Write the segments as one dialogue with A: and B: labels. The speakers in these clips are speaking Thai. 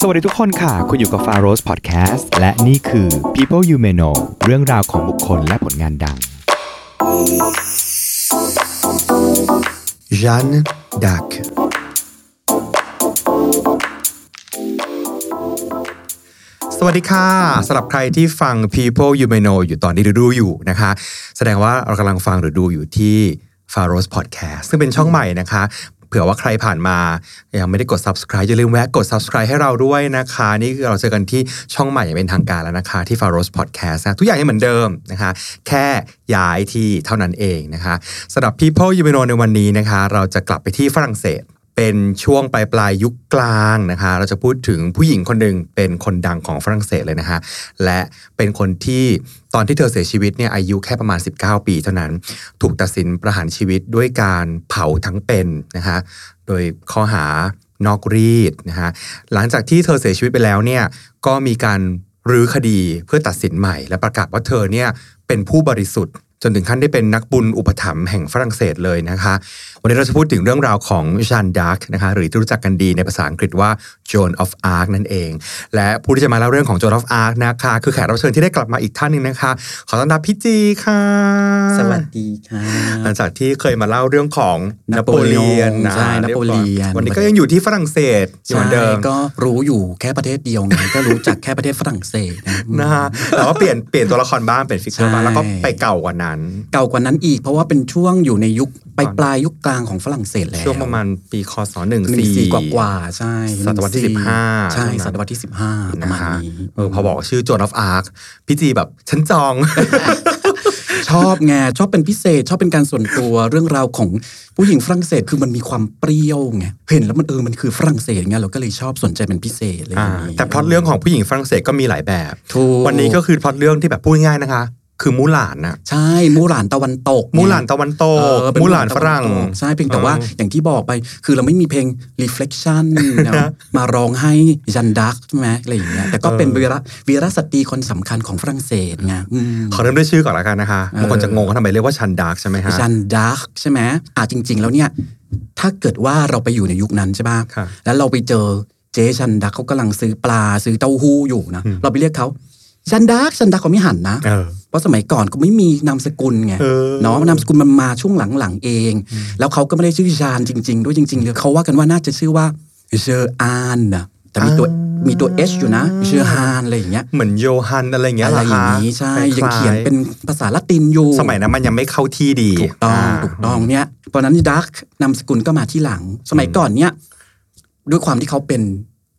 A: สวัสดีทุกคนค่ะ คุณอยู่กับ f a r o s Podcast และนี่คือ People You May Know เรื่องราวของบุคคลและผลงานดัง
B: Jeanne d'Arc. Hello. สวัสดีค่ะสำหรับใครที่ฟัง People You May Know อยู่ตอนนี้หรือดูอยู่นะคะ แสดงว่าเรากำลังฟังหรือดูอยู่ที่ f a r o s Podcast ซึ่งเป็นช่องใหม่นะคะ เผื่อว่าใครผ่านมา ยังไม่ได้กด subscribe อย่าลืมแวะกด subscribe ให้เราด้วยนะคะ นี่คือเราเจอกันที่ช่องใหม่อย่างเป็นทางการแล้วนะคะ ที่ f a r o s Podcast นะทุกอย่างยังเหมือนเดิมนะคะ แค่ย้ายที่เท่านั้นเองนะคะสำหรับ People You May Know ในวันนี้นะคะ เราจะกลับไปที่ฝรั่งเศส เป็นช่วงปลายปลายๆยุคกลางนะคะ เราจะพูดถึงผู้หญิงคนหนึ่งเป็นคนดังของฝรั่งเศสเลยนะคะ และเป็นคนที่ตอนที่เธอเสียชีวิตเนี่ยอายุแค่ประมาณ 19 ปีเท่านั้น ถูกตัดสินประหารชีวิตด้วยการเผาทั้งเป็นนะคะ โดยข้อหานอกรีดนะคะ หลังจากที่เธอเสียชีวิตไปแล้วเนี่ยก็มีการรื้อคดีเพื่อตัดสินใหม่ และประกาศว่าเธอเนี่ยเป็นผู้บริสุทธิ์ จนถึงขั้นได้เป็นนักบุญอุปถัมภ์แห่งฝรั่งเศสเลยนะคะ วันนี้เราจะพูดถึงเรื่องราวของชานดาร์กนะคะหรือที่รู้จักกันดีในภาษาอังกฤษว่า Joan of Arc นั่นเอง และผู้ที่จะมาเล่าเรื่องของ Joan of Arc นะคะ คือแขกรับเชิญที่ได้กลับมาอีกท่านหนึ่งนะคะ ขอต้อนรับพี่จีค่ะ
C: สวัสดีค่ะ
B: หลังจากที่เคยมาเล่าเรื่องของน
C: น
B: โป
C: โป
B: เลี
C: เลี
B: ย
C: ย
B: น
C: น
B: นะ
C: ใช่นโปเลียน
B: วันนี้ก็ยังอยู่ที่ฝรั่งเศสอยู่เหมือนเดิม
C: ใช่ก็รู้อยู่แค่ประเทศเดียวไง ก็รู้จักแค่ประเทศฝรั่งเศสนะ
B: นะฮะแต่ว่าเปลี่ยนเปลี่ยนตัวละครบ้างเปลี่ยนฟิกเกอร์บ้าง
C: ใช่
B: แล้วก็ไปเก่ากว่านั้น
C: เก่ากว่านั้นอีก เพราะว่าเป็นช่วงอยู่ในยุคปลายปลายยุคกลางของฝรั่งเศสแล้ว
B: ช่วงประมาณปีคศหนึ่ง
C: หนึ่ง
B: สี่
C: สี่กว่ากว่าๆใช่
B: ศตวรรษที่15
C: ใช่ศตวรรษที่สิบห้าประ
B: นะ
C: มาณ
B: คะ
C: นี้
B: เออพอบอกชื่อโจนอฟอาร์คพี่จีแบบฉันจอง
C: ชอบไงชอบเป็นพิเศษ ชอบเป็นการส่วนตัวเรื่องราวของผู้หญิงฝรั่งเศสคือมันมีความเปรี้ยวไงเห็นแล้วมันเออมันคือฝรั่งเศสไงเราก็เลยชอบสนใจเป็นพิเศษอะไรอย่างนี้
B: แต่พล็อตเรื่องของผู้หญิงฝรั่งเศสก็มีหลายแบบ
C: ถูก
B: วันนี้ก็คือพล็อตเรื่องที่แบบพูดง่ายนะคะ คือมูหลานน่ะ
C: ใช่มูหลานตะวันตกไง
B: มูหลานตะวันตก
C: เออเป็
B: มูหลานฝรั่ง
C: ใช่เพียงแต่ว่าอย่างที่บอกไปคือเราไม่มีเพลง reflection เนอะมาร้องให้ยันดักใช่ไหมอะไรอย่างเงี้ยแต่ก็เป็น
B: เออ
C: วีระวีรสตรีคนสำคัญของฝรั่งเศสไงอืม
B: ขอเริ่มด้วยชื่อก่อนละกันนะคะ
C: เออ
B: บางคนจะงงว่าทำไมเรียกว่าชันดาร์กใช่ไหมฮะ
C: ยันดักใช่ไหมอ่ะจริง ๆ แล้วเนี่ย ถ้าเกิดว่าเราไปอยู่ในยุคนั้นใช่ป่ะ
B: ครับ
C: แล้วเราไปเจอเจ๊ชันดักเขากำลังซื้อปลาซื้อเต้าหู้อยู่นะ
B: อืม
C: เราไปเรียกเขาชันดักชันดักเขาไม่หันนะ
B: เออ
C: เพราะสมัยก่อนก็ไม่มีนามสกุลไง
B: เออ
C: เนาะนามสกุลมันมาช่วงหลังๆเอง แล้วเขาก็ไม่ได้ชื่อชาญจริง ๆ ด้วยจริงๆเลยเขาว่ากันว่าน่าจะชื่อว่าเชอร์อานนะแต่มีตัว
B: อ่ามี
C: มีตัวเอชอยู่นะเชอร์ฮานอะไรอย่างเงี้ย
B: เหมือนโยฮันอะไรอย่างเงี้ย
C: อะไร
B: เห
C: อย่างนี้
B: คะ
C: ใช่
B: คล้า
C: ยังเขียนเป็นภาษาละตินอยู่
B: สมัยนั้นมันยังไม่เข้าที่ดี
C: ถูกต้อง
B: า
C: ถูกต้องเนี่ยตอนนั้นดักนามสกุลก็มาที่หลัง สมัยก่อนเนี่ยด้วยความที่เขาเป็น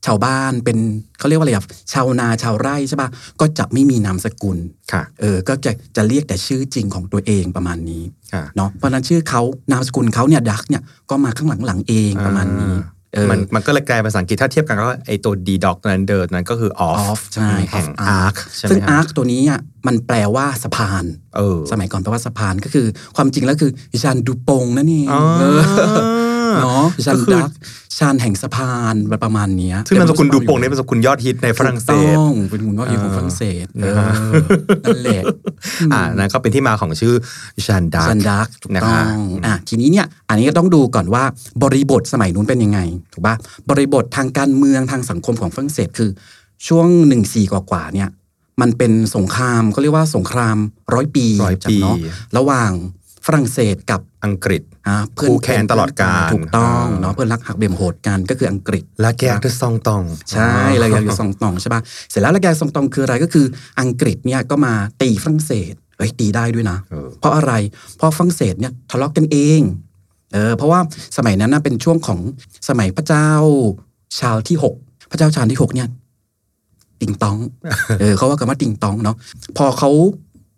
C: ชาวบ้านเป็นเขาเรียกว่าอะไรอะชาวนาชาวไร่ใช่ปะก็จะไม่มีนามสกุล
B: ค่ะ
C: เออ ก็จะจะเรียกแต่ชื่อจริงของตัวเองประมาณนี้
B: ค่ะ
C: เนาะ เพราะฉะนั้นชื่อเขานามสกุลเขาเนี่ยดักเนี่ยก็มาข้างหลังๆเองประมาณนี้ เออ
B: มันมันก็เลยกลายเป็นภาษาอังกฤษถ้าเทียบกันก็ไอตัว d ีด็อกนั้นเดินนั้นก็คือ off
C: off ใช่
B: แห่ง
C: อาร์
B: arc ใช่ไหม
C: ซึ่ง
B: ฮะ
C: อาร์คตัวนี้อ่ะมันแปลว่าสะพาน
B: เออ
C: สมัยก่อนแปลว่าสะพานก็คือความจริงแล้วคืออิชานดูปงนั่นเอง
B: อ๋อ
C: เออเนาะ อิชาน
B: ก็คือ
C: ดักชานแห่งสะพานประมาณเนี้ย
B: ซึ่งนามสกุลดูปงเนี่ยเป็นนามสกุลยอดฮิตในฝรั่งเศ
C: ถูก
B: ส
C: ต้องเป็นคุณว่าอยู่ของฝรั่งเศสเอ
B: นะ
C: อ
B: ฮะ
C: นั่นแหละ
B: อ่านั่นก็เป็นที่มาของชื่อชันดา
C: ซัน
B: ร์
C: ดักถูก
B: นะ
C: ต้
B: คะ
C: องอ่ะทีนี้เนี่ยอันนี้ก็ต้องดูก่อนว่าบริบทสมัยนู้นเป็นยังไงถูกปะบริบททางการเมืองทางสังคมของฝรั่งเศสคือ ช่วง1นสี่กว่าๆเนี่ยมันเป็นสงครามเขาเรียกว่าสงครามร้อยปี
B: ร้อยปี
C: จำเนาะระหว่างฝรั่งเศสกับ
B: อังกฤษ
C: อ่าเพื่อน
B: คู่แค้นตลอดกาล
C: ถูกต้อง
B: อ่า
C: เนาะเพื่อนรักหักเบี่ยมโหดกันก็คืออังกฤษ
B: และแกกด้วยซองตอง
C: ใช่ระยะอยู่สองตองใช่ป่ะ เสร็จแล้วระยะสองตองคืออะไรก็คืออังกฤษเนี่ยก็มาตีฝรั่งเศสเอ้ยตีได้ด้วยนะ
B: เออ
C: เพราะอะไร เพราะฝรั่งเศสเนี่ยทะเลาะกันเองเออเพราะว่าสมัยนั้นนะเป็นช่วงของสมัยพระเจ้าชาร์ลที่หกพระเจ้าชาร์ลที่หกเนี่ยติงต อง เออเขาว่ากันว่าติงตองเนาะพอเขา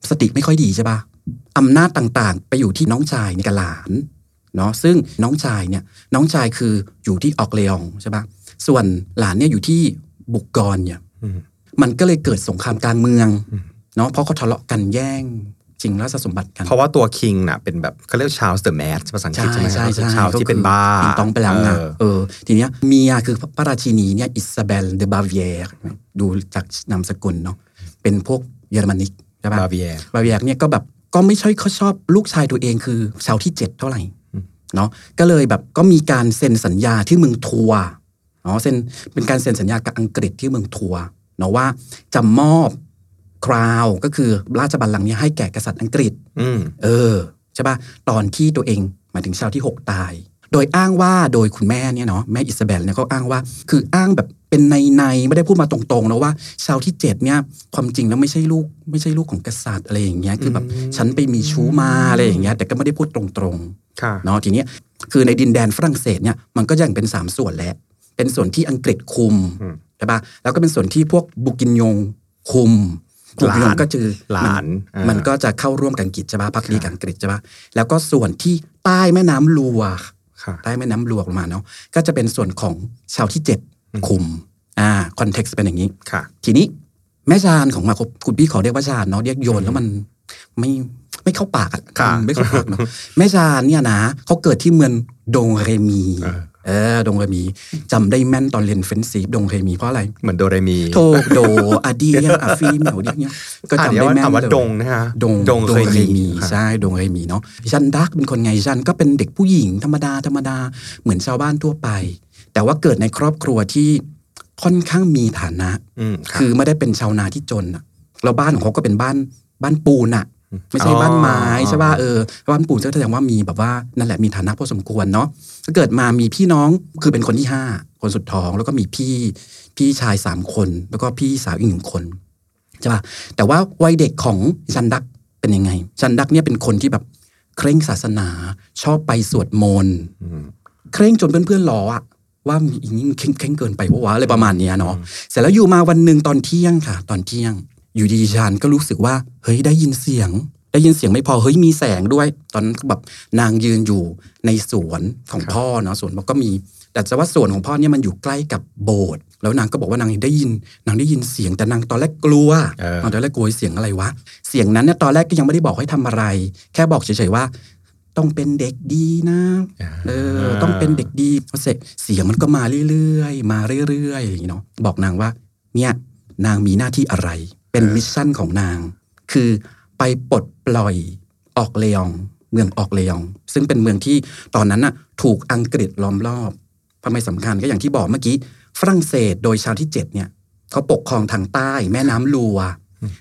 C: สติไม่ค่อยดีใช่ป่ะอำนาจต่างๆ ไปอยู่ที่น้องชายในกับหลาน เนาะซึ่งน้องชายเนี่ยน้องชายคืออยู่ที่ออกเลองใช่ปะส่วนหลานเนี่ยอยู่ที่บุกกรเนี่ย
B: อืม
C: มันก็เลยเกิดสงครามกลางเมือง
B: อืม
C: เนาะเพราะเขาทะเลาะกันแย่งจริงราชสมบัติกัน
B: เพราะว่าตัวคิงน่ะเป็นแบบเขาเรียกชาวเดอะแมสภาษาอังกฤษใช่ไหมครับชาวที่เป็นบ้า
C: ติงต้องไปแล้วนะ
B: เออ
C: เออ ทีเนี้ยเมียคือพระราชินีเนี่ยอิซาเบลเดบาเวียดูจากนามสกุลเนาะเป็นพวกเยอรมนิกใช่ปะ
B: Bavière
C: บาเวียเนี่ยก็แบบก็ไม่ใช่เขาชอบลูกชายตัวเองคือชาวที่เจ็ดเท่าไหร่
B: อืม
C: เนาะก็เลยแบบก็มีการเซ็นสัญญาที่เมืองทัวร์ เนาะเซ็นเป็นการเซ็นสัญญากับอังกฤษที่เมืองทัวร์เนาะว่าจะมอบคราวก็คือราชบัลลังก์เนี้ให้แก่กษัตริย์อังกฤษ
B: อืม
C: เออใช่ปะตอนที่ตัวเองหมายถึงชาวที่ 6 ตาย โดยอ้างว่าโดยคุณแม่เนี่ยเนาะแม่อิซาเบลเนี่ยเขาอ้างว่า คืออ้างแบบเป็นในในๆไม่ได้พูดมาตรงๆนะว่า ชาวที่ 7 เนี่ยความจริงแล้วไม่ใช่ลูกไม่ใช่ลูกของกษัตริย์อะไรอย่างเงี้ยคือแบบ
B: อืม
C: ฉันไปมีชู้มาอะไรอย่างเงี้ยแต่ก็ไม่ได้พูดตรงๆ
B: ค่ะ
C: เนาะทีเนี้ยคือในดินแดนฝรั่งเศสเนี่ยมันก็ยังเป็น 3 ส่วนแหละ เป็นส่วนที่อังกฤษคุม
B: อืม
C: ใช่ปะแล้วก็เป็นส่วนที่พวกบุกินยงคุมบุ
B: หลา
C: กิ
B: น
C: นยงก็คือ
B: หลาน
C: มั
B: อ่ามั
C: มันก็จะเข้าร่วมกับอังกฤษใช่ปะพักดีกับอังกฤษใช่ปะแล้วก็ส่วนที่ใต้แม่น้ำลัว
B: ค่ะ
C: ใต้แม่น้ำลัวลงมาเนาะก็จะเป็นส่วนของชาวที่เจ็ด
B: อืม
C: คุมอ่าคอนเท็กซ์เป็นอย่างนี้
B: ค่ะ
C: ทีนี้แม่ชาญของมาคบคุณพี่ขอเรียกว่าชาญเนาะเรียกโยนแล้วมันไม่ไม่เข้าปากอะ
B: ค่ะ
C: ไม่เข้าปากเนาะแม่ชาญเนี่ยนะเขาเกิดที่เมืองดงเรมี
B: เออ
C: เออดงเรมีจำได้แม่นตอนเรียนเฟนซีดงเรมีเพราะอะไร
B: เหมือนโดเรมี
C: โทกโดอาเดียอาฟีเหมียวเดียเนี่ยก็จำ
B: อ่ะเดี๋ย
C: ได้
B: ว
C: แม่น
B: คำว่า
C: เลย
B: ดงนะคะ
C: ดง
B: ดงเคย
C: เค
B: มี
C: ยมี
B: ค่ะ
C: ใช่ดงเคยมีเนาะฉันดักเป็นคนไงฉันก็เป็นเด็กผู้หญิงธรรมดาธรรมดาเหมือนชาวบ้านทั่วไป แต่ว่าเกิดในครอบครัวที่ค่อนข้างมีฐานะ
B: อืมะ
C: คือไม่ได้เป็นชาวนาที่จนอะแล้วบ้านของเขาก็เป็นบ้านบ้านปูนอะไม่ใช่บ้านไม้ใช่ป่ะเออบ้านปูนก็แสดงว่ามีแบบว่านั่นแหละมีฐานะพอสมควรเนาะก็เกิดมามีพี่น้องคือเป็นคนที่ห้าคนสุดท้องแล้วก็มีพี่พี่ชายสามคน แล้วก็พี่สาวอีกหนึ่งคนใช่ป่ะแต่ว่าวัยเด็กของชันดักเป็นยังไงชันดักเนี่ยเป็นคนที่แบบเคร่งศาสนาชอบไปสวดมนต์
B: อืม
C: เคร่งจนเพื่อนๆล้ออะว่ามีอีนี่มันเคร่งเคร่งเกินไปปะวะอะไรประมาณเนี้ยเนาะเสร็จแล้วอยู่มาวันหนึ่งตอนเที่ยงค่ะ ตอนเที่ยง อยู่ดีๆชานก็รู้สึกว่า เฮ้ยได้ยินเสียง ได้ยินเสียงไม่พอเฮ้ยมีแสงด้วย ตอนนั้นก็แบบนางยืนอยู่ในสวนของพ่อเนาะสวนมันก็มี แต่จะว่าสวนของพ่อเนี่ยมันอยู่ใกล้กับโบสถ์แล้วนางก็บอกว่านางได้ยิน นางได้ยินเสียงแต่นางตอนแรกกลัว
B: เออ
C: นางตอนแรกกลัวเสียงอะไรวะเสียงนั้นเนี่ยตอนแรกก็ยังไม่ได้บอกให้ทำอะไร แค่บอกเฉยๆว่า ต้องเป็นเด็กดีนะ เออต้องเป็นเด็กดีเพราะเสร็จเสียงมันก็มาเรื่อยๆ มาเรื่อยๆอย่างนี้เนาะบอกนางว่า เนี่ยนางมีหน้าที่อะไร เป็นมิชชั่นของนาง คือไปปลดปล่อยออกเลยอง เมืองออกเลยอง ซึ่งเป็นเมืองที่ตอนนั้นน่ะถูกอังกฤษล้อมรอบทำไมสำคัญก็อย่างที่บอกเมื่อกี้ ฝรั่งเศสโดยชาวที่เจ็ดเนี่ยเขาปกครองทางใต้แม่น้ำลัว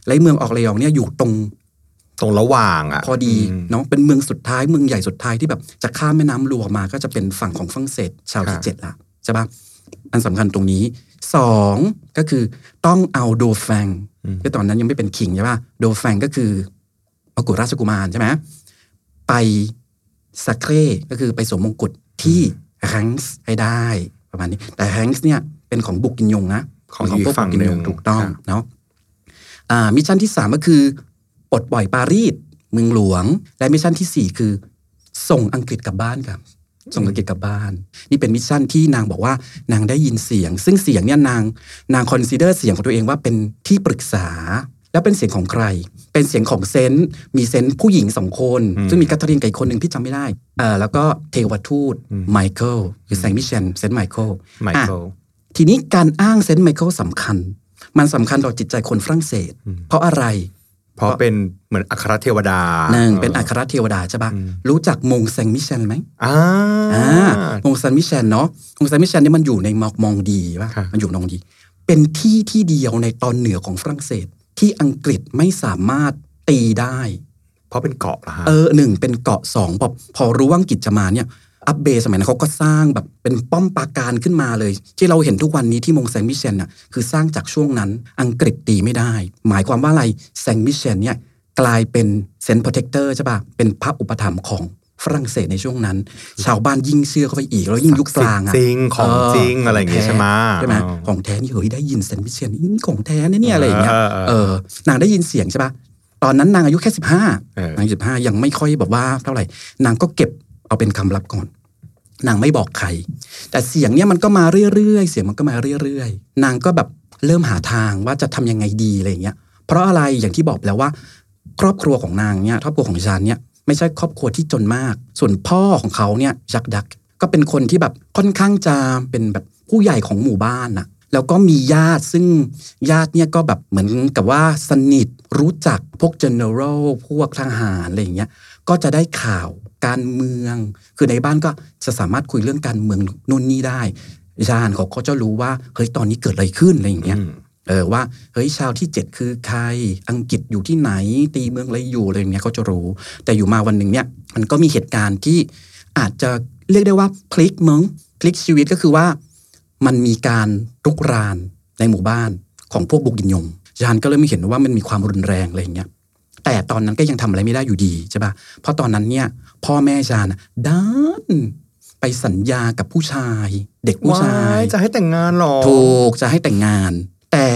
C: และเมืองออกเลยองเนี่ยอยู่ตรง
B: ตรงระหว่างอ่ะ
C: พอดี
B: ม
C: เนาะเป็นเมืองสุดท้ายเมืองใหญ่สุดท้ายที่แบบจะข้ามแม่น้ำลัวมาก็จะเป็นฝั่งของฝรั่งเศสชาวที่
B: ค่ะ
C: เจ็ดละใช่ปะอันสำคัญตรงนี้สองก็คือต้องเอาโดแฟงคือตอนนั้นยังไม่เป็นคิงใช่ปะโดแฟงก็คือมกุฎราชกุมารใช่ไหมไปสักเครก็คือไปสวมมงกุฎที่แฮงส์ให้ได้ประมาณนี้ แต่แฮงส์เนี่ยเป็นของบุกกินยงนะ
B: ของ
C: พวก
B: อีกฝั่ง
C: บุกกิน
B: ห
C: ยง
B: นึ่ง
C: ถูกต้อง
B: ค่ะ
C: เนาะ อ่ามิชชั่นที่ 3 ก็คือปลดปล่อยปารีสเมืองหลวง และมิชชั่นทีสี่ 4 คือ ส่งอังกฤษกลับบ้านครับ ส่งอังกฤษกลับบ้าน นี่เป็นมิชชั่นที่นางบอกว่านางได้ยินเสียง ซึ่งเสียงเนี่ยนางนางคอนซีเดอร์เสียงของตัวเองว่าเป็นที่ปรึกษา แล้วเป็นเสียงของใคร เป็นเสียงของเซนต์มีเซนต์ผู้หญิงสองคน
B: อืม
C: ซึ่งมีแคทเธอรีนกับอีกคนหนึ่งที่จำไม่ได้เอ่อแล้วก็เทวทูต
B: อืม
C: ไมเคิลหรือแซงมิเชนเซนต์ไมเคิล
B: ไมเคิล
C: ทีนี้การอ้างเซนต์ไมเคิลสำคัญ มันสำคัญต่อจิตใจคนฝรั่งเศส
B: อืม
C: เพราะอะไร
B: เพราะเป็นเหมือนอัครเทวดา
C: หนึ่งเป็นอัครเทวดาใช่ปะ
B: อืม
C: รู้จักมงเซงมิเชลไหม
B: อ่า
C: อ่ามงเซงมิเชลเนาะมงเซงมิเชลเนี่ยมันอยู่ในมอกมองดีป่ะ
B: ครับ
C: มันอยู่มองดี เป็นที่ที่เดียวในตอนเหนือของฝรั่งเศส ที่อังกฤษไม่สามารถตีได้
B: เพราะเป็นเกาะเหรอฮะ
C: เออหนึ่งเป็นเกาะสองพอพอรู้ว่าอังกฤษจะมาเนี่ยอัปเบย์สมัยนั้นเขาก็สร้างแบบเป็นป้อมปราการขึ้นมาเลย ที่เราเห็นทุกวันนี้ที่มงแซงมิเชลน่ะคือสร้างจากช่วงนั้นอังกฤษตีไม่ได้ หมายความว่าอะไรแซงมิเชลเนี่ยกลายเป็นเซนต์โปรเทคเตอร์ใช่ป่ะเป็นพระอุปถัมภ์ของฝรั่งเศสในช่วงนั้น ชาวบ้านยิ่งเชื่อเข้าไปอีกแล้วยิ่งยุคกลางอะ
B: จริงของจริงอะไรอย่างงี้ใช่ไหม
C: ใช่ไหม
B: อ๋อ
C: ของแท้นี่เฮ้ยได้ยินเซนต์มิเชลนี่ของแท้นะเนี่ยอะไรอย่างเงี้ย
B: เออ
C: เอ
B: เออ
C: อนางได้ยินเสียงใช่ปะตอนนั้นนางอายุแค่สิบห้า
B: เออ
C: นางสิบห้ายังไม่ค่อยแบบว่าเท่าไหร่ นางก็เก็บเอาเป็นคำลับก่อน นางไม่บอกใคร แต่เสียงเนี่ยมันก็มาเรื่อยๆ เสียงมันก็มาเรื่อยๆ นางก็แบบเริ่มหาทางว่าจะทำยังไงดีอะไรอย่างเงี้ย เพราะอะไรอย่างที่บอกแล้วว่า ครอบครัวของนางเนี่ยครอบครัวของชานเนี่ยไม่ใช่ครอบครัวที่จนมาก ส่วนพ่อของเขาเนี่ยจักดักก็เป็นคนที่แบบค่อนข้างจะเป็นแบบผู้ใหญ่ของหมู่บ้านน่ะแล้วก็มีญาติซึ่งญาติเนี่ยก็แบบเหมือนกับว่าสนิทรู้จักพวก general พวกทหารอะไรอย่างเงี้ยก็จะได้ข่าวการเมือง คือในบ้านก็จะสามารถคุยเรื่องการเมืองนู่นนี่ได้ ชาญเขาก็จะรู้ว่าเฮ้ยตอนนี้เกิดอะไรขึ้นอะไรอย่างเงี้ย
B: อืม
C: เออว่าเฮ้ยชาวที่ 7 คือใครอังกฤษอยู่ที่ไหน ตีเมืองอะไรอยู่อะไรอย่างเงี้ยเขาจะรู้ แต่อยู่มาวันหนึ่งเนี่ยมันก็มีเหตุการณ์ที่อาจจะเรียกได้ว่าพลิกมึงพลิกชีวิตก็คือว่ามันมีการรุกรานในหมู่บ้านของพวกบุกยินยงยานก็เลยไม่เห็นว่ามันมีความรุนแรงอะไรอย่างเงี้ยแต่ตอนนั้นก็ยังทำอะไรไม่ได้อยู่ดีใช่ปะเพราะตอนนั้นเนี่ยพ่อแม่ยานน่ะดันไปสัญญากับผู้ชาย เด็กผู้ชาย
B: ว้จะให้แต่งงานเหรอ
C: ถูกจะให้แต่งงาน แต่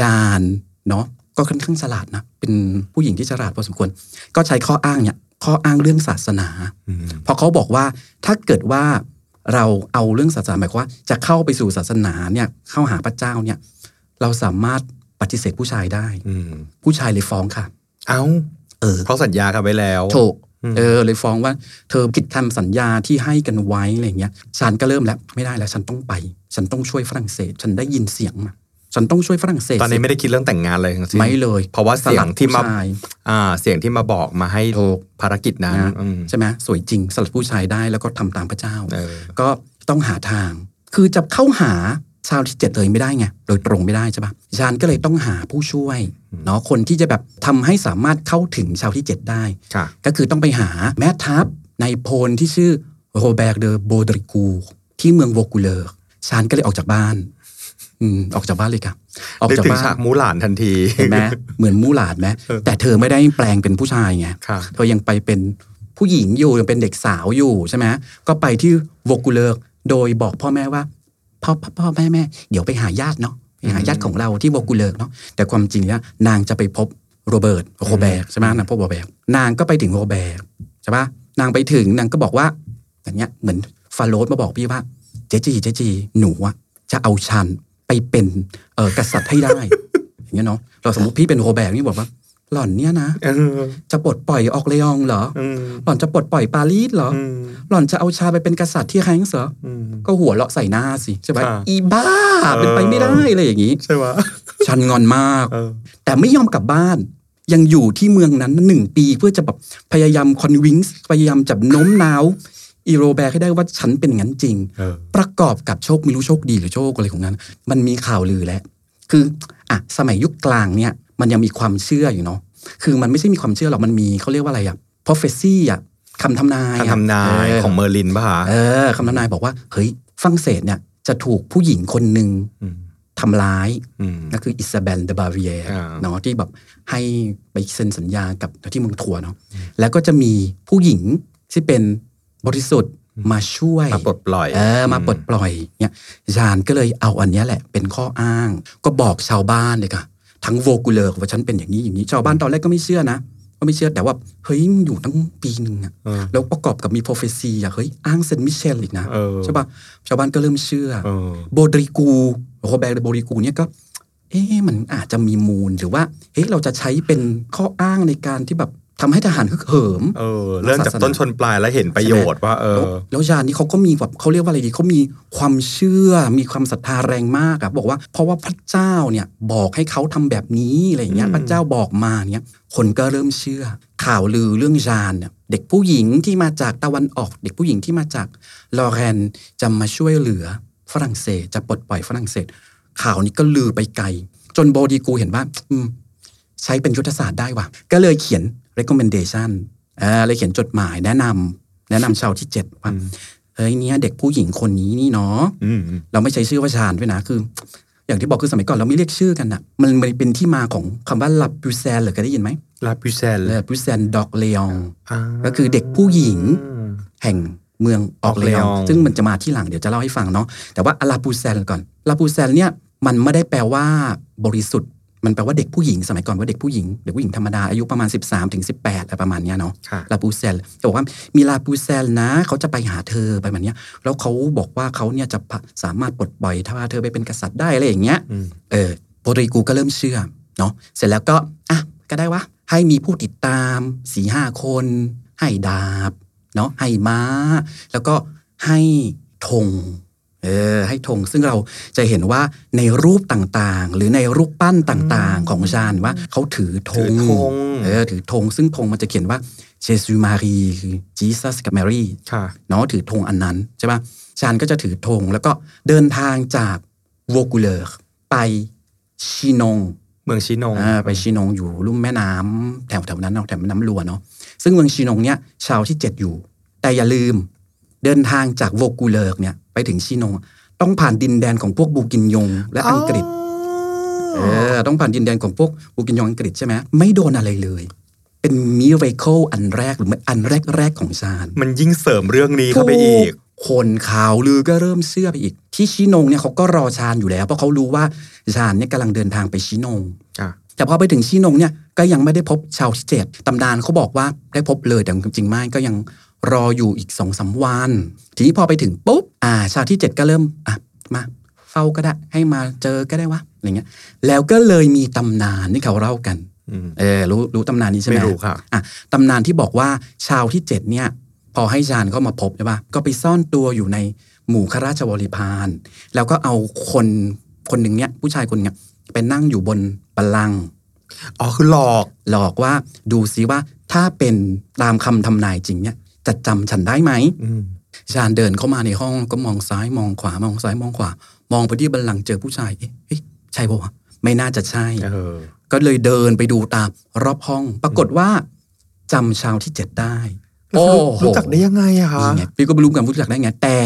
C: ยานเนาะก็ค่อนข้างฉลาดนะ เป็นผู้หญิงที่ฉลาดพอสมควร ก็ใช้ข้ออ้างเนี่ยข้ออ้างเรื่องศาสนา
B: อืม
C: เพราะเขาบอกว่าถ้าเกิดว่าเราเอาเรื่องศาสนาหมายความว่าจะเข้าไปสู่ศาสนาเนี่ยเข้าหาพระเจ้าเนี่ยเราสามารถปฏิเสธผู้ชายได้
B: อืม
C: ผู้ชายเลยฟ้องค่ะ
B: เอ้า
C: เออ
B: เพราะสัญญากันไว้แล้ว
C: ถูก
B: อืม
C: เออเลยฟ้องว่าเธอผิดคำสัญญาที่ให้กันไว้อะไรเงี้ยฉันก็เริ่มแล้วไม่ได้แล้วฉันต้องไป ฉันต้องช่วยฝรั่งเศส ฉันได้ยินเสียงมาฉันต้องช่วยฝรั่งเศส
B: ตอนนี้ไม่ได้คิดเรื่องแต่งงานเลยทั้งสิ้น
C: ไม่เลย
B: เพราะว่าเสียงที่มา
C: สลัดผู้ชย
B: อ่า เสียงที่มาบอกมาให้
C: ถูก
B: ภารกิจนั้น
C: นะ
B: อืม
C: ใช่ไหมสวยจริงสลัดผู้ชายได้แล้วก็ทำตามพระเจ้า
B: เออ
C: ก็ต้องหาทาง คือจะเข้าหาชาวที่เจ็ดเลยไม่ได้ไงโดยตรงไม่ได้ใช่ปะชานก็เลยต้องหาผู้ช่วยเนาะคนที่จะแบบทำให้สามารถเข้าถึงชาวที่เจ็ดได้
B: ค่ะ
C: ก็คือต้องไปหาแม่ทัพในายพลที่ชื่อโรแบร์ตเดอโบดริกูที่เมืองโวกูเลอร์ชานก็เลยออกจากบ้าน อืมออกจากบ้านเลยค่ะ ออก
B: นึก
C: จาก
B: ถึง
C: บ้า
B: ฉาก
C: น
B: มูหลานทันที
C: เห็นไหมเหมือนมูหลาดไหมแต่เธอไม่ได้แปลงเป็นผู้ชายไง
B: ครับ
C: เธอยังไปเป็นผู้หญิงอยู่ยังเป็นเด็กสาวอยู่ใช่ไหมก็ไปที่โวกูเลอร์โดยบอกพ่อแม่ว่าพ่อพ่อพ่อแม่แม่เดี๋ยวไปหาญาติเนาะไปหาญาติของเราที่โวกูเลอร์เนาะแต่ความจริงแล้วนางจะไปพบโรเบิร์ตโรเบิร์ตใช่ไหมนางพบโรเบิร์ตนางก็ไปถึงโรเบิร์ต ใช่ปะนางไปถึงนางก็บอกว่าอย่างเงี้ยเหมือนฟาโรสมาบอกพี่ว่า เจจีเจจีหนูอะจะเอาชันไปเป็นเออกษัตริย์ให้ได้ อย่างเงี้ยเนาะเราสมมติพี่เป็นโรแบร์ตนี่บอกว่า หล่อนเนี่ยนะ
B: เออ
C: จะปลดปล่อยออกเลยองเหรอ
B: อืม
C: หล่อนจะปลดปล่อยปารีสเหรอ
B: อืม
C: หล่อนจะเอาชาไปเป็นกษัตริย์ที่แฮงส์เหรอ
B: อืม
C: ก็หัวเราะใส่หน้าสิใช่ไหม
B: อ่า
C: อีบ้าเป็นไปไม่
B: เอ
C: ได้
B: ออ
C: อะไรอย่างงี้
B: ใช่ปะ
C: ชันงอนมาก
B: เออ
C: แต่ไม่ยอมกลับบ้าน ยังอยู่ที่เมืองนั้นหนึ่งปีเพื่อจะแบบพยายามคอนวิงส์พยายามจับโน้มน้าวอีโรแบร์ให้ได้ว่าฉันเป็นอย่างนั้นจริง
B: เออ
C: ประกอบกับโชคไม่รู้โชคดีหรือโชคอะไรของนั้น มันมีข่าวลือแหละ คืออ่ะสมัยยุคกลางเนี่ย มันยังมีความเชื่ออยู่เนาะคือมันไม่ใช่มีความเชื่อหรอกมันมีเขาเรียกว่าอะไรอะ prophecy อะคำทำนายอะ
B: คำทำนาย
C: เ
B: ของเมอร์ลินป่ะคะ
C: เออคำทำนายบอกว่าเฮ้ยฝรั่งเศสเนี่ยจะถูกผู้หญิงคนหนึ่ง
B: ม
C: ทำร้าย
B: อืม
C: ก็คืออิซาเบลเดบาเรีย
B: อ่า
C: เนาะที่แบบให้ไปเซ็นสัญญากับที่เมืองถัวเนาะแล้วก็จะมีผู้หญิงที่เป็นบริสุทธิ์มาช่วย
B: มาปลดปล่อย
C: เออมาปลดปล่อยเนี่ยยานก็เลยเอาอันเนี้ยแหละเป็นข้ออ้าง ก็บอกชาวบ้านเลยค่ะ ทั้งโวกูเลอร์ว่าฉันเป็นอย่างนี้อย่างนี้ชาวบ้านตอนแรกก็ไม่เชื่อนะก็ไม่เชื่อแต่ว่าเฮ้ยมันอยู่ตั้งปีหนึ่งอะ
B: เออ
C: แล้วประกอบกับมีโปรเฟซีอะเฮ้ยอ้างเซนต์มิเชลอีกนะ
B: เออ
C: ใช่ปะชาวบ้านก็เริ่มเชื่อ
B: เออ
C: โบดริกูโรแบร์ตโบดริกูเนี่ยก็ เอ๊ะมันอาจจะมีมูลหรือว่าเฮ้ยเราจะใช้เป็นข้ออ้างในการที่แบบทำให้ทหารฮึกเหิม
B: เออ เริ่มจากต้นชนปลายแล้วเห็นประโยชน์ว่า เอ
C: แล้ว
B: อ
C: แล้วยานนี้เขาก็มีแบบเขาเรียกว่าอะไรดีเขามีความเชื่อมีความศรัทธาแรงมากอะบอกว่าเพราะว่าพระเจ้าเนี่ยบอกให้เขาทำแบบนี้อะไรอย่างเงี้ย
B: อืม
C: พระเจ้าบอกมาอย่างเงี้ยคนก็เริ่มเชื่อ ข่าวลือเรื่องยานเนี่ยเด็กผู้หญิงที่มาจากตะวันออก เด็กผู้หญิงที่มาจากลอแรนจะมาช่วยเหลือฝรั่งเศสจะปลดปล่อยฝรั่งเศส ข่าวนี้ก็ลือไปไกล จนโบดีกูเห็นว่า อืม ใช้เป็นยุทธศาสตร์ได้ว่ะ ก็เลยเขียน recommendation เออเลยเขียนจดหมายแนะนำแนะนำชาวที่เจ็ดว่าเฮ้ยเนี่ยเด็กผู้หญิงคนนี้นี่เนาะ
B: อืม
C: เราไม่ใช้ชื่อว่าชาญด้วยนะคือ อย่างที่บอกคือสมัยก่อนเราไม่เรียกชื่อกันอะมันมันเป็นที่มาของคำว่าลับบูแซนเหรือเคยได้ยินไหม
B: ลาพิเซล
C: ลับบูแซนดอกเลอง
B: อ่า
C: ก็คือเด็กผู้หญิง แห่งเมืองออกเล
B: ออก
C: ย
B: เล
C: อ
B: อง ง
C: ซึ่งมันจะมาที่หลังเดี๋ยวจะเล่าให้ฟังเนาะแต่ว่าลาปูเซลก่อนลาปูเซลเนี่ยมันไม่ได้แปลว่าบริสุทธิ์ มันแปลว่าเด็กผู้หญิง สมัยก่อนว่าเด็กผู้หญิงเด็กผู้หญิงธรรมดาอายุประมาณ 13ถึง18อะไรประมาณเนี้ยเนาะ
B: ค่ะ
C: ลาปูเซลจะบอกว่ามีลาปูเซลนะเขาจะไปหาเธอไปแบบเนี้ยแล้วเขาบอกว่าเขาเนี่ยจะสามารถปลดปล่อยถ้าเธอไปเป็นกษัตริย์ได้อะไรอย่างเงี้ย
B: อืม
C: เออโปรตุเกสกูก็เริ่มเชื่อเนาะเสร็จแล้วก็อ่ะก็ได้วะให้มีผู้ติดตามสี่ห้าคน ให้ดาบเนาะให้ม้า แล้วก็ให้ธงเออให้ธงซึ่งเราจะเห็นว่าในรูปต่างๆ หรือในรูปปั้นต่างๆ ของชานว่าเขาถือธง
B: ถือธง
C: เออถือธงซึ่งธงมันจะเขียนว่าเจซูมารีคือจีซัสกับแมรี่
B: ค่ะ
C: เนาะถือธงอันนั้นใช่ปะ ชานก็จะถือธงแล้วก็เดินทางจากโวกูเลอร์ไปชินง
B: เมืองชินง
C: อ่าไปชีนงอยู่ลุ่มแม่น้ำแถวแถวนั้นเนาะแถวแม่น้ำลัวเนาะซึ่งเมืองชีนงเนี่ยชาวที่เจ็ดอยู่ แต่อย่าลืม เดินทางจากโวกูเลิกเนี่ยไปถึงชีนง ต้องผ่านดินแดนของพวกบูกินยง และอังกฤษเออต้องผ่านดินแดนของพวกบูกินยงอังกฤษใช่ไหมไม่โดนอะไรเลย เป็นมิเรเคิลอันแรกหรือไม่อันแรก ๆ ของชาญ
B: มันยิ่งเสริมเรื่องนี้เข้าไปอีก
C: ถูคนข่าวลือก็เริ่มเชื่อไปอีก ที่ชินงเนี่ยเขาก็รอชาญอยู่แล้ว เพราะเขารู้ว่าชาญเนี่ยกำลังเดินทางไปชินง
B: อ่ะ
C: แต่พอไปถึงชินงเนี่ยก็ยังไม่ได้พบชาวที่เจ็ดตำนานเขาบอกว่าได้พบเลยแต่จริงๆไม่ก็ยังรออยู่อีกสองสามวัน ทีนี้พอไปถึงปุ๊บอ่า ชาวที่เจ็ดก็เริ่มอ่ะมาเฝ้าก็ได้ให้มาเจอก็ได้วะอะไรเงี้ย แล้วก็เลยมีตำนานที่เขาเล่ากัน
B: อืม
C: เออรู้รู้ตำนานนี้ใช่ไหม
B: ไม่รู้ค่ะ
C: อ่ะตำนานที่บอกว่าชาวที่เจ็ดเนี่ย พอให้ฌานเข้ามาพบใช่ปะก็ไปซ่อนตัวอยู่ในหมู่ข้าราชบริพารแล้วก็เอาคนคนหนึ่งเนี่ยผู้ชายคนเนี้ยไปนั่งอยู่บนบัลลังก์
B: อ๋อคือหลอก
C: หลอกว่าดูซิว่าถ้าเป็นตามคำทำนายจริงเนี่ย จะจำฉันได้ไหม
B: อืม
C: ฌานเดินเข้ามาในห้องก็มองซ้ายมองขวามองซ้ายมองขวา มองไปที่บัลลังก์เจอผู้ชายเอ๊ะเอ๊ะใช่ปะวะไม่น่าจะใช่
B: เออ
C: ก็เลยเดินไปดูตามรอบห้อง ปรากฏว่าจำชาวที่เจ็ดได้
B: แล้วคือ
C: โอ้โห
B: รู้จักได้ยังไงอะคะ
C: นี่ไงพี่ก็ไม่รู้กันรู้จักได้ไง แต่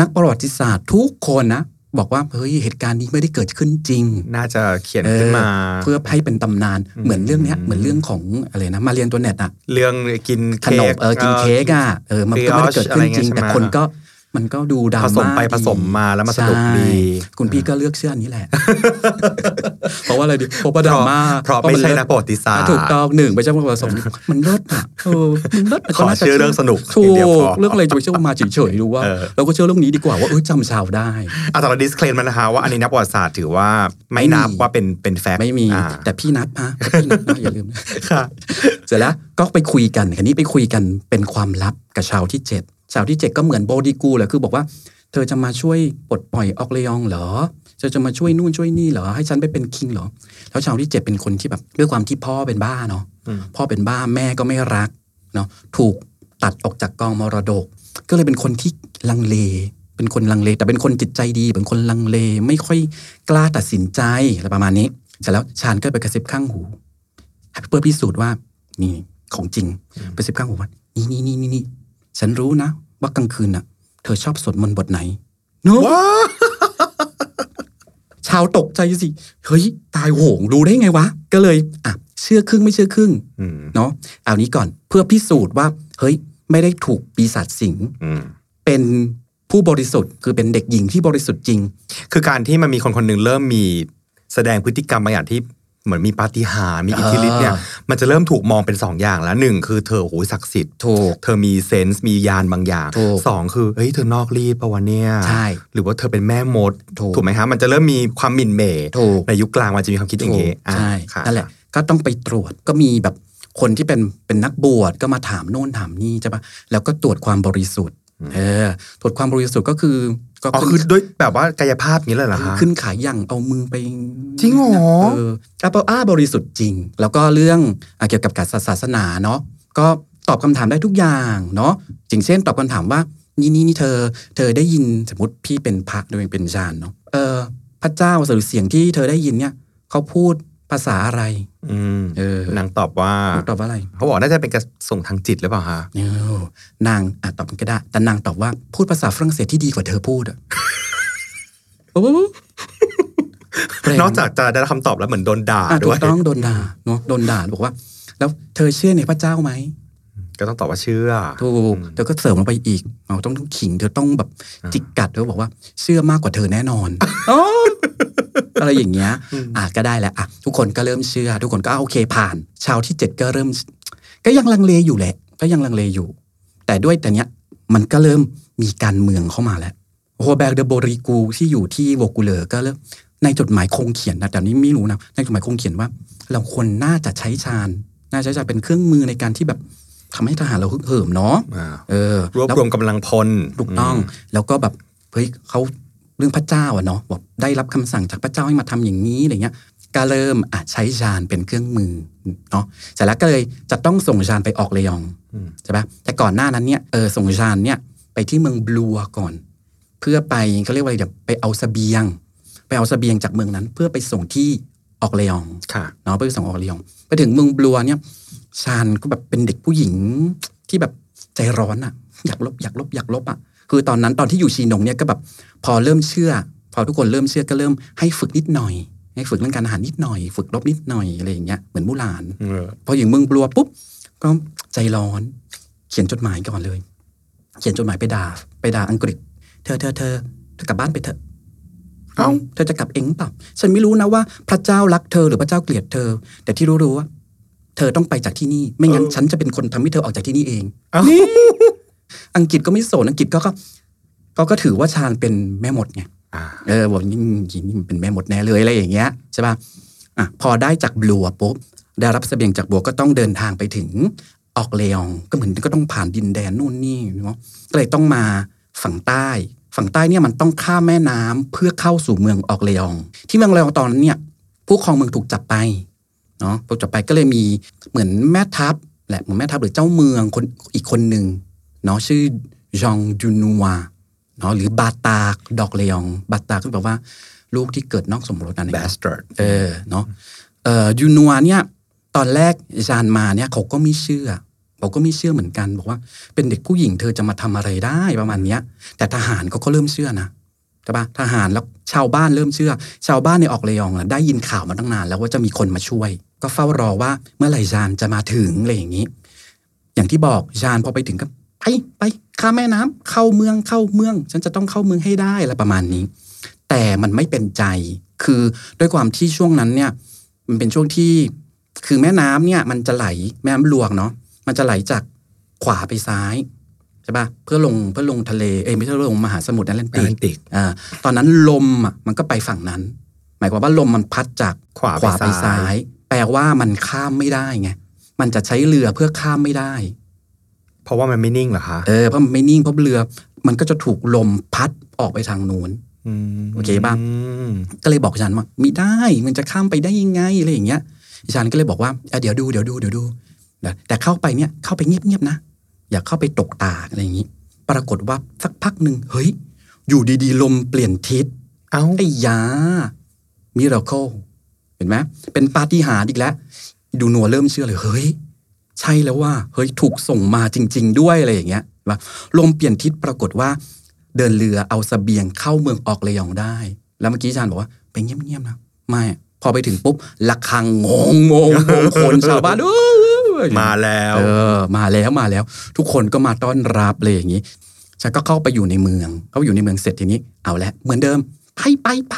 C: นักประวัติศาสตร์ทุกคนนะ บอกว่าเฮ้ยเหตุการณ์นี้ไม่ได้เกิดขึ้นจริง
B: น่าจะเขียนขึ้นมา
C: เออเพื่อให้เป็นตำนาน
B: อืม
C: เหมือนเรื่องเนี้ยเหมือนเรื่องของอะไรนะมาเรียนตัวเน็ตอะ
B: เรื่องกิน
C: ข
B: เค้
C: นม
B: ก
C: เออกินเค้กอะเออมันก็ไม่ได้เกิดขึ้นจริง
B: brioche
C: แต่คนก็มันก็ดูดรา
B: ผ
C: ม่า
B: สมไปผสมมาแล้วมาสนุกดี
C: ใช่คุณพี่ก็เลือกเชื่ออันนี้แหละ เพราะว่าอะไรดิเพราะว่าดราม่า
B: เพราะไม่ใช่นักประวัติศาสตร์
C: ถูกต้องหนึ่งไปเจ้าพระประสงค์มันเลิศอ่ะเออมันเลิศะ
B: ขอ
C: น่าจะ
B: เชื่อเรื่องสนุก
C: ถู
B: อย่างเดียวพอ
C: กเรื่องอะไรจะไปเชื่อมาเฉยๆดูว่า
B: เออ
C: เราก็เชื่อเรื่องนี้ดีกว่าว่าเออจำชาวได้
B: อ่ะแต่เราดิสเคลมมันนะคะว่าอันนี้นักประวัติศาสตร์ถือว่าไม่
C: ไม่มี
B: นับว่าเป็นเป็นแฟกต์
C: ไม่มี
B: อ่า
C: แต่พี่นัดนะแต่พี่นัดนะอย่าลืมนะ
B: ค่ะ
C: เสร็จแล้วก็ไปคุยกันคันนี้ไปคุยกันเป็นความลับกับชาวที่เจ็ดชาวที่เจ็ดก็เหมือนโบดีกูแหละคือบอกว่า เธอจะมาช่วยปลดปล่อยออกเลยองเหรอเธอจะมาช่วยนู่นช่วยนี่เหรอให้ฉันไปเป็นคิงเหรอ แล้วชาวที่เจ็ดเป็นคนที่แบบด้วยความที่พ่อเป็นบ้าเนาะ
B: อืม
C: พ่อเป็นบ้าแม่ก็ไม่รักเนาะถูกตัดออกจากกองมรดก ก็เลยเป็นคนที่ลังเล เป็นคนลังเล แต่เป็นคนจิตใจดี เป็นคนลังเล ไม่ค่อยกล้าตัดสินใจอะไรประมาณนี้เสร็จแล้วชาญก็ไปกระซิบข้างหูเพื่อพิสูจน์ว่า นี่ของจริงไปกระซิบข้างหูว่านี่นี่นี่นี่นี่ฉันรู้นะ ว่ากลางคืนน่ะ เธอชอบสวดมนต์บทไหนเนาะ
B: ว้า
C: ชาวตกใจสิ เฮ้ย ตายโหงรู้ได้ไงวะ ก็เลยอ่ะเชื่อครึ่งไม่เชื่อครึ่ง
B: อืม
C: เนาะเอานี้ก่อนเพื่อพิสูจน์ว่า เฮ้ย ไม่ได้ถูกปีศาจสิง
B: อืม
C: เป็นผู้บริสุทธิ์คือเป็นเด็กหญิงที่บริสุทธิ์จริง
B: คือการที่มันมีคนคนหนึ่งเริ่มมีแสดงพฤติกรรมบางอย่างที่เหมือนมีปาฏิหาริย์มีอิทธิฤทธิ์เนี่ย
C: อ่า
B: มันจะเริ่มถูกมองเป็นสองอย่างแล้วหนึ่งคือเธอโหยศักดิ์สิทธิ์
C: ถูก
B: เธอมีเซนส์มียานบางอย่าง
C: ถูก
B: สองคือเฮ้ยเธอนอกรีดปะวะเนี่ย
C: ใช่
B: หรือว่าเธอเป็นแม่มด
C: ถูก
B: กไหมฮะมันจะเริ่มมีความหมิ่นเหม่
C: ถูก
B: ในยุคกลางมันจะมีความคิดอย่าง
C: ถู
B: งี้
C: ก
B: อ่ะ
C: ใช่
B: ค่
C: นั่นแหละก็ต้องไปตรวจก็มีแบบคนที่เป็นเป็นนักบวชก็มาถามโน่นถามนี่ใช่ปะแล้วก็ตรวจความบริสุทธิ์เออตรวจความบริสุทธิ์ก็คือก็
B: อ๋อ
C: ขึ้น
B: คือด้วยแบบว่ากายภาพอย่างนี้เลยเหรอฮะ
C: ขึ้นขายอย่างเอามือไป
B: จริงเหรอ
C: เออแอปเปิลอาบริสุทธิ์จริง แล้วก็เรื่องอ่ะเกี่ยวกับการศาสนาเนาะก็ตอบคำถามได้ทุกอย่างเนาะอย่างเช่นตอบคำถามว่า นี่นี่นี่เธอ เธอได้ยินสมมติพี่เป็นพระโดยเป็นฌานเนาะเออ พระเจ้าหรือเสียงที่เธอได้ยินเนี่ยเขาพูดภาษาอะไร
B: อืม
C: เออน
B: างตอบว่า
C: ตอบว่าอะไร
B: เขาบอกน่าจะเป็นกระส่งทางจิตหรือเปล่าฮะ
C: เออนางอ่ะตอบก็ได้แต่นางตอบว่าพูดภาษาฝรั่งเศสที่ดีกว่าเธอพูด อะ โอ้โห
B: นอกจากจะได้รับคำตอบแล้วเหมือนโดนด่า
C: อ่ะถู
B: ด้วย
C: กต้องโดนด่าเนาะโดนด่าบอกว่า แล้วเธอเชื่อในพระเจ้าไหม
B: ก็ต้องตอบว่าเชื่อ
C: ถูกเธอก็เสริมลงไปอีกเราต้องขิง เธอต้องแบบ
B: อ่า
C: จิกกัดเธอบอกว่าเชื่อมากกว่าเธอแน่นอนอ๋อ อะไรอย่างเงี้ยอ่ะก็ได้แหละอ่ะทุกคนก็เริ่มเชื่อ ทุกคนก็อ่ะโอเคผ่าน ชาวที่เจ็ดก็เริ่ม ก็ยังลังเลอยู่แหละ ก็ยังลังเลอยู่ แต่ด้วยแต่เนี้ยมันก็เริ่มมีการเมืองเข้ามาแล้วโฮแบกเดโบริกูที่อยู่ที่โวกูเลอร์ก็เริ่มในจดหมายคงเขียนนะแต่นี้ไม่รู้นะในจดหมายคงเขียนว่า เราควรน่าจะใช้ชาญน่าจะใช้ชาญเป็นเครื่องมือในการที่แบบทำให้ทหารเราฮึกเหิมเนาะ
B: อ่า
C: เออ
B: รวบ
C: แล้
B: รวมกำลังพล
C: ถูกต้องแล้วก็แบบเฮ้ยเขาเรื่องพระเจ้าอะเนาะแบบได้รับคำสั่งจากพระเจ้าให้มาทำอย่างนี้อะไรเงี้ยก็เริ่มอ่ะใช้ฌานเป็นเครื่องมือเนาะเสร็จแล้วก็เลยจะต้องส่งฌานไปออกเลยอง
B: อืม
C: ใช่ปะแต่ก่อนหน้านั้นเนี่ยเออส่งฌานเนี่ยไป ที่เมืองบลัวก่อน เพื่อไปเขาเรียกว่าอะไรเดี๋ยวไปเอาเสบียง ไปเอาเสบียงจากเมืองนั้น เพื่อไปส่งที่ออกเลอง
B: ค่ะ
C: เนาะไปส่งออกเลียงไปถึงเมืองบลัวเนี่ยชานก็แบบเป็นเด็กผู้หญิงที่แบบใจร้อนอะ่ะ อยากลบอยากลบอยากลบอะ่ะคือตอนนั้นตอนที่อยู่ชีนงเนี่ยก็แบบพอเริ่มเชื่อ พอทุกคนเริ่มเชื่อก็เริ่มให้ฝึกนิดหน่อย ให้ฝึกเรื่องการอาหารนิดหน่อย ฝึกลบนิดหน่อยอะไรอย่างเงี้ยเหมือนมู่หลาน
B: เออ
C: พออยู่เมืองบลัวปุ๊บก็ใจร้อน เขียนจดหมายก่อนเลย เขียนจดหมายไปด่าไปด่าอังกฤษ เธอเธอเธอเธอกลับบ้านไปเถอะเอ้าเธอจะกลับเองเปล่าฉันไม่รู้นะว่า พระเจ้ารักเธอหรือพระเจ้าเกลียดเธอ แต่ที่รู้ๆว่า เธอต้องไปจากที่นี่ ไม่งั้นฉันจะเป็นคนทำให้เธอออกจากที่นี่เอง
B: เอ้า
C: อังกฤษก็ไม่สนอังกฤษก็ก็ก็ก็ถือว่าชาญเป็นแม่หมดไง
B: อ่า
C: เออบอกนี่นี่มันเป็นแม่หมดแน่เลยอะไรอย่างเงี้ยใช่ป่ะอ่ะพอได้จากบลัวปุ๊บได้รับเสบียงจากบัวก็ต้องเดินทางไปถึงออกเลองก็เหมือนก็ต้องผ่านดินแดนนู่นนี่เนาะก็เลยต้องมาฝั่งใต้ ฝั่งใต้เนี่ยมันต้องข้ามแม่น้ำเพื่อเข้าสู่เมืองออกเลองที่เมืองเลองตอนนั้นเนี่ย ผู้ครองเมืองถูกจับไปเนาะถูกจับไปก็เลยมีเหมือนแม่ทัพแหละเหมือนแม่ทัพหรือเจ้าเมืองคนอีกคนหนึ่งเนาะชื่อจองจุนัว เนาะหรือบาตากดอกเลยอง บาตากก็แปลว่า ลูกที่เกิดนอกสมรสนั่นเอง
B: บสเตอร์
C: เออเนาะเอ่อยูนัวเนี่ย ตอนแรกจานมาเนี่ยเขาก็ไม่เชื่อเขาก็ไม่เชื่อเหมือนกัน บอกว่าเป็นเด็กผู้หญิงเธอจะมาทำอะไรได้ประมาณเนี้ย แต่ทหารเขาก็เริ่มเชื่อนะใช่ปะทหารแล้วชาวบ้านเริ่มเชื่อ ชาวบ้านในออกเลยองน่ะได้ยินข่าวมาตั้งนานแล้วว่าจะมีคนมาช่วย ก็เฝ้ารอว่าเมื่อไหร่จานจะมาถึงอะไรอย่างนี้ อย่างที่บอกจานพอไปถึงก็ไปไปข้ามแม่น้ำเข้าเมืองเข้าเมือง ฉันจะต้องเข้าเมืองให้ได้อะไรประมาณนี้ แต่มันไม่เป็นใจคือด้วยความที่ช่วงนั้นเนี่ย มันเป็นช่วงที่คือแม่น้ำเนี่ยมันจะไหลแม่น้ำลวงเนาะมันจะไหลจากขวาไปซ้ายใช่ปะเพื่อลงเพื่อลงทะเลเอ้ยไม่ใช่ลงมหาสมุทรแอตแลน
B: แอต
C: ติ
B: แล
C: ก
B: นติก
C: อ่าตอนนั้นลมอ่ะมันก็ไปฝั่งนั้น หมายความว่าลมมันพัดจาก
B: ขวาไปซ้าย
C: ยแปลว่ามันข้ามไม่ได้ไงมันจะใช้เรือเพื่อข้ามไม่ได้
B: เพราะว่ามันไม่นิ่งเหรอคะ
C: เออเพราะมันไม่นิ่งเพราะเรือ มันก็จะถูกลมพัดออกไปทางนู้น
B: ม
C: โอเคป่ะ
B: อืม
C: ก็เลยบอกอาจารย์ว่าไม่ได้มันจะข้ามไปได้ยังไงอะไรอย่างเงี้ยอาจารย์ก็เลยบอกว่าอ่ะเดี๋ยวดูเดี๋ยวดูเดี๋ยวดูแต่แต่เข้าไปเนี่ยเข้าไปเงียบๆนะ อย่าเข้าไปตกตาอะไรอย่างงี้ ปรากฏว่าสักพักหนึ่งเฮ้ย อยู่ดีๆ ลมเปลี่ยนทิศ
B: เอ้า
C: ไอ้ยา มิราเคิลเห็นไหมเป็นปาฏิหาริย์อีกแล้ว ดูหนัวเริ่มเชื่อเลย เฮ้ย ใช่แล้วว่า เฮ้ย ถูกส่งมาจริง ๆ ด้วยอะไรอย่างเงี้ยว่าลมเปลี่ยนทิศปรากฏว่า เดินเรือเอาเสบียงเข้าเมืองออกเลยองได้ แล้วเมื่อกี้อาจารย์บอกว่าไปเงียบๆนะ ไม่อะพอไปถึงปุ๊บระฆังงงงงงงคนชาวบ้านอู้
B: มาแล้ว
C: เออมาแล้วมาแล้ว ทุกคนก็มาต้อนรับเลยอย่างนี้ฉันก็เข้าไปอยู่ในเมือง เข้าไปอยู่ในเมืองเสร็จทีนี้เอาละเหมือนเดิมไปไปไป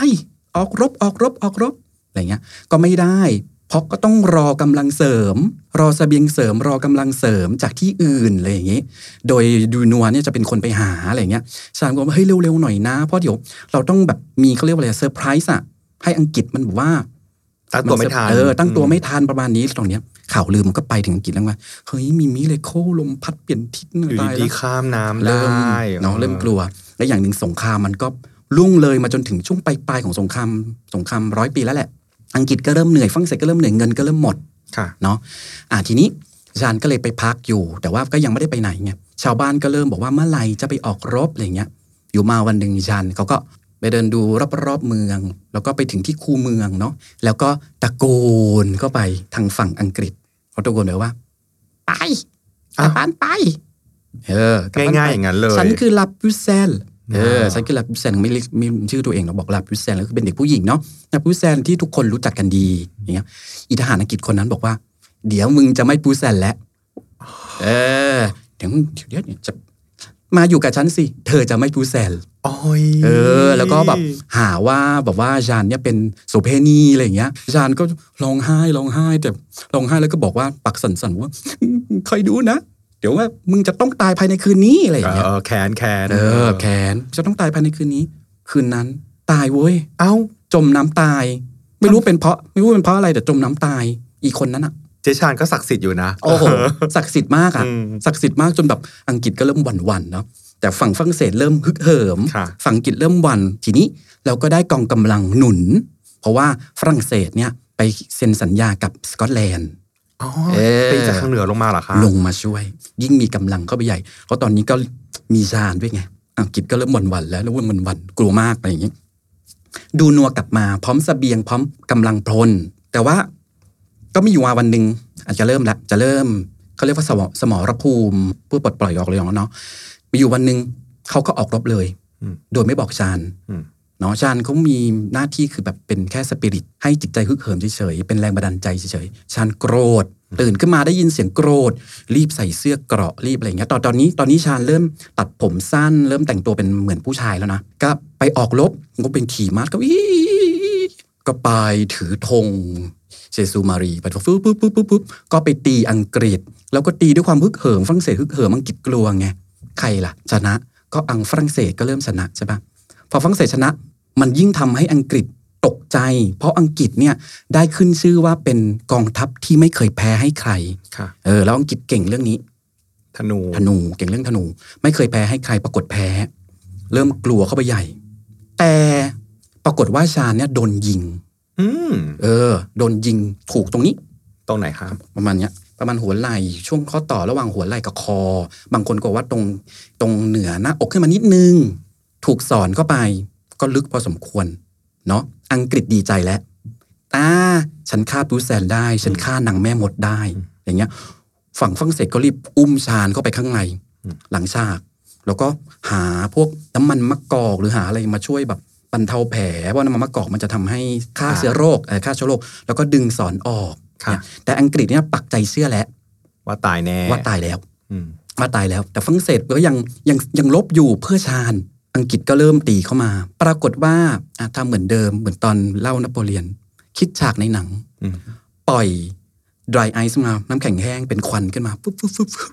C: ออกรบออกรบออกรบอะไรเงี้ย ก็ไม่ได้ เพราะก็ต้องรอกำลังเสริม รอเสบียงเสริมรอกำลังเสริมจากที่อื่นอะไรอย่างนี้ โดยดูนัวเนี่ยจะเป็นคนไปหาอะไรเงี้ยฉานก็บอกว่าเฮ้ยเร็วๆหน่อยนะเพราะเดี๋ยวเราต้องแบบมีเขาเรียกว่าอะไรเซอร์ไพรส์อะให้อังกฤษมันบอกว่า
B: ตั้งตัวไม่ทัน
C: เออตั้งตัวไม่ทันประมาณนี้ตรงเนี้ยข่าวลือมันก็ไปถึงอังกฤษแล้วว่าเฮ้ยมีมิเลโคลลมพัดเปลี่ยนทิศ
B: อืมอยู่
C: ตาย
B: ดี
C: แล้ว
B: ๆข้ามน้ำ
C: เริ่
B: ได้
C: มเนาะเริ่มกลัว และอย่างหนึ่งสงครามมันก็ลุ่งเลยมาจนถึงช่วงปลายๆของสงครามสงครามร้อยปีแล้วแหละ อังกฤษก็เริ่มเหนื่อยฝรั่งเศสก็เริ่มเหนื่อยเงินก็เริ่มหมด
B: ค่ะ
C: เนาะอ่าทีนี้ชานก็เลยไปพักอยู่ แต่ว่าก็ยังไม่ได้ไปไหนไงชาวบ้านก็เริ่มบอกว่าเมื่อไหร่จะไปออกรบอะไรเงี้ย อยู่มาวันหนึ่งชานเขาก็ไปเดินดูรอบๆเมือง แล้วก็ไปถึงที่คูเมืองเนาะแล้วก็ตะโกนเข้าไปทางฝั่งอังกฤษเขาตะโกนเลยว่า ไปกลับบ้านไป เออกลับบ้นไป
B: ง่ายๆอย่างนั้นเลย
C: ฉันคือลาบูเซนเออ
B: อ่า
C: ฉันคือลาบูเซนไม่เรียกไม่ชื่อตัวเองเราบอกลาบูเซนแล้วคือเป็นเด็กผู้หญิงเนาะลาบูเซนที่ทุกคนรู้จักกันดีอย่างเงี้ยอีทหารอังกฤษคนนั้นบอกว่า เดี๋ยวมึงจะไม่ปูเซนแล้วเออเดี๋ยวมึงเดี๋ยวเนี่ยจะมาอยู่กับฉันสิ เธอจะไม่ปูเซน
B: โอ้ย
C: เออ แล้วก็แบบหาว่าแบบว่าจานเนี่ยเป็นโสเภณีอะไรอย่างเงี้ยจานก็ร้องไห้ร้องไห้แต่ร้องไห้แล้วก็บอกว่าปักสันสันๆว่าคอยดูนะเดี๋ยวว่ามึงจะต้องตายภายในคืนนี้อะไรอย่างเงี้ย
B: เออแขนแขน
C: เออแขนจะต้องตายภายในคืนนี้ คืนนั้น ตายเว้ย
B: เอ้า
C: จมน้ำตาย ไม่รู้เป็นเพราะ ไม่รู้เป็นเพราะอะไรแต่จมน้ำตาย อีกคนนั้นอ่ะ
B: เจชานก็ศักดิ์สิทธิ์อยู่นะ
C: โอ้โห ศักดิ์สิทธิ์มากอ่ะ
B: อืม
C: ศักดิ์สิทธิ์มากจนแบบอังกฤษก็เริ่มหวั่นๆเนาะแต่ฝั่งฝรั่งเศสเริ่มฮึกเหิม
B: ค่ะ
C: ฝั่งอังกฤษเริ่มหวั่นทีนี้เราก็ได้กองกำลังหนุน เพราะว่าฝรั่งเศสเนี่ยไปเซ็นสัญญากับสกอตแลนด์
B: อ๋อ
C: เออ
B: ตีจากข้างเหนือลงมาเหรอคะ
C: ลงมาช่วย ยิ่งมีกำลังเข้าไปใหญ่ เพราะตอนนี้ก็มีฌานด้วยไงอ่ะกิจก็เริ่มหวั่นหวันๆแล้วแล้วว่ามันหวั่นกลัวมากอะไรอย่างนี้ ดูนัวกลับมาพร้อมเสบียงพร้อมกำลังพล แต่ว่าก็มีอยู่มาวันหนึ่งอาจจะเริ่มละจะเริ่มเขาเรียกว่าสมอสมรภูมิเพื่อปลดปล่อยออกเลยเนาะมีอยู่วันหนึ่งเขาก็ออกรบเลย
B: อืม
C: โดยไม่บอกฌาน
B: อืม
C: เนาะฌานเขามีหน้าที่คือแบบเป็นแค่สปิริต ให้จิตใจฮึกเหิมเฉยๆ เป็นแรงบันดาลใจเฉยๆฌานโกรธ ตื่นขึ้นมาได้ยินเสียงโกรธ รีบใส่เสื้อเกราะรีบอะไรอย่างเงี้ยตอนตอนนี้ตอนนี้ฌานเริ่มตัดผมสั้น เริ่มแต่งตัวเป็นเหมือนผู้ชายแล้วนะ ก็ไปออกรบก็เป็นขี่ม้าก็อีก็ไปถือธงเจซูมารีไปปุ๊บปุ๊บปุ๊บปุ๊บปุ๊บก็ไปตีอังกฤษ แล้วก็ตีด้วยความฮึกเหิมฝรั่งเศสฮึกเหิมอังกฤษกลัวไง ใครล่ะ ชนะก็อังฝรั่งเศสก็เริ่มชนะใช่ปะพอฝรั่งเศสชนะ มันยิ่งทำให้อังกฤษตกใจ เพราะอังกฤษเนี่ยได้ขึ้นชื่อว่าเป็นกองทัพที่ไม่เคยแพ้ให้ใคร
B: ค่ะ
C: เออแล้วอังกฤษเก่งเรื่องนี้
B: ธนู
C: ธนูเก่งเรื่องธนู ไม่เคยแพ้ให้ใครปรากฏแพ้ เริ่มกลัวเข้าไปใหญ่ แต่ปรากฏว่าชาญเนี่ยโดนยิง
B: อืม
C: เออ โดนยิงถูกตรงนี้
B: ตรงไหนคะ
C: ประมาณเนี้ยประมาณหัวไหล่ช่วงข้อต่อระหว่างหัวไหล่กับคอ บางคนก็ว่าตรงตรงเหนือหน้าอกขึ้นมานิดนึง ถูกสอนเข้าไป ก็ลึกพอสมควร เนาะอังกฤษดีใจแล้วอ่าฉันฆ่าบรูซแซนได้ ฉันฆ่านางแม่มดได้ อย่างเงี้ย ฝั่งฝรั่งเศสก็รีบอุ้มชานเข้าไปข้างใน หลังฉาก แล้วก็หาพวกน้ำมันมะกอกหรือหาอะไรมาช่วยแบบบรรเทาแผลเพราะน้ำมันมะกอกมันจะทำให้ฆ่าเชื้อโรคเอ่อฆ่าเชื้อโรคแล้วก็ดึงสอนออก
B: ค่ะ
C: แต่อังกฤษเนี่ยปักใจเชื่อแล้ว
B: ว่าตายแน่
C: ว่าตายแล้ว
B: อืม
C: ว่าตายแล้ว แต่ฝรั่งเศสก็ยังยังยังลบอยู่เพื่อชาญ อังกฤษก็เริ่มตีเข้ามา ปรากฏว่าอ่ะทำเหมือนเดิมเหมือนตอนเล่านโปเลียน คิดฉากในหนัง
B: อืม
C: ปล่อย dry ice มา น้ำแข็งแห้งเป็นควันขึ้นมาปุ๊บปุ๊บปุ๊บ ปุ๊บ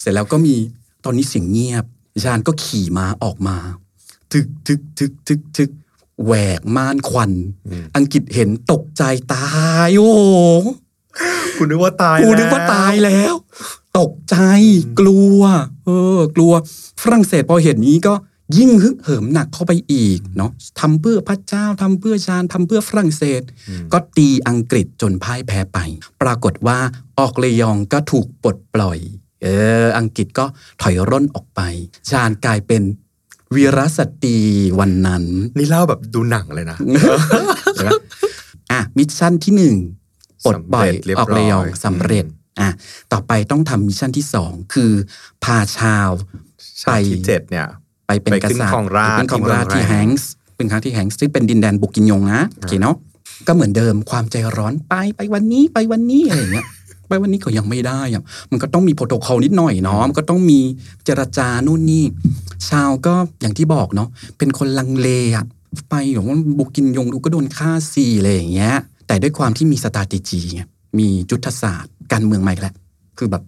C: เสร็จแล้วก็มีตอนนี้เสียงเงียบ ชาญก็ขี่ม้าออกมา ทึกทึกทึกทึกทึกแหวกม่านควัน อังกฤษเห็นตกใจตายโอ้โห
B: คุณนึกว่าตาย
C: กูนึกว่าตายแล้ว ตกใจกลัว เออ กลัวฝรั่งเศสพอเห็นนี้ก็ยิ่งฮึกเหิมหนักเข้าไปอีกเนาะทำเพื่อพระเจ้าทำเพื่อชาญทำเพื่อฝรั่งเศส ก็ตีอังกฤษจนพ่ายแพ้ไป ปรากฏว่าออกเลยองก็ถูกปลดปล่อย เออ อังกฤษก็ถอยร่นออกไป ชาญกลายเป็นวีรสตรีวันนั้น
B: นี่เล่าแบบดูหนังเลยนะ
C: อ่ะมิชชั่นที่หนึ่งปลดปล่อย
B: สำเร็จเรียบ
C: ออกเลยอง
B: ร้อย
C: สำเร็จ
B: อืม
C: อ่ะต่อไปต้องทำมิชชั่นที่สองคือ พาชาว
B: ฉากที่เจ็ดเนี่ย
C: ไปเป็น
B: ไป
C: ก
B: ขึ้น
C: ษัตริย์
B: ครองราชย์
C: เป็นครองราชย์
B: ที่
C: ที่
B: เมืองแรง
C: แฮงส์เป็นครั้งที่แฮงส์ซึ่งเป็นดินแดนบุกินยงนะโอเคเนาะก็เหมือนเดิมความใจร้อนไปไปวันนี้ไปวันนี้อะไรอย่างเงี้ย ไปวันนี้ก็ยังไม่ได้อะมันก็ต้องมีโปรโตคอลนิดหน่อยเนาะมันก็ต้องมีเจรจานู่นนี่ชาวก็อย่างที่บอกเนาะเป็นคนลังเลอะไปหรือกว่าบุกินยงดูก็โดนฆ่าสีอะไรอย่างเงี้ย แต่ด้วยความที่มีสตาติจีไงมีจุทธศาสตร์การเมืองใหม่แล้วคือแบบ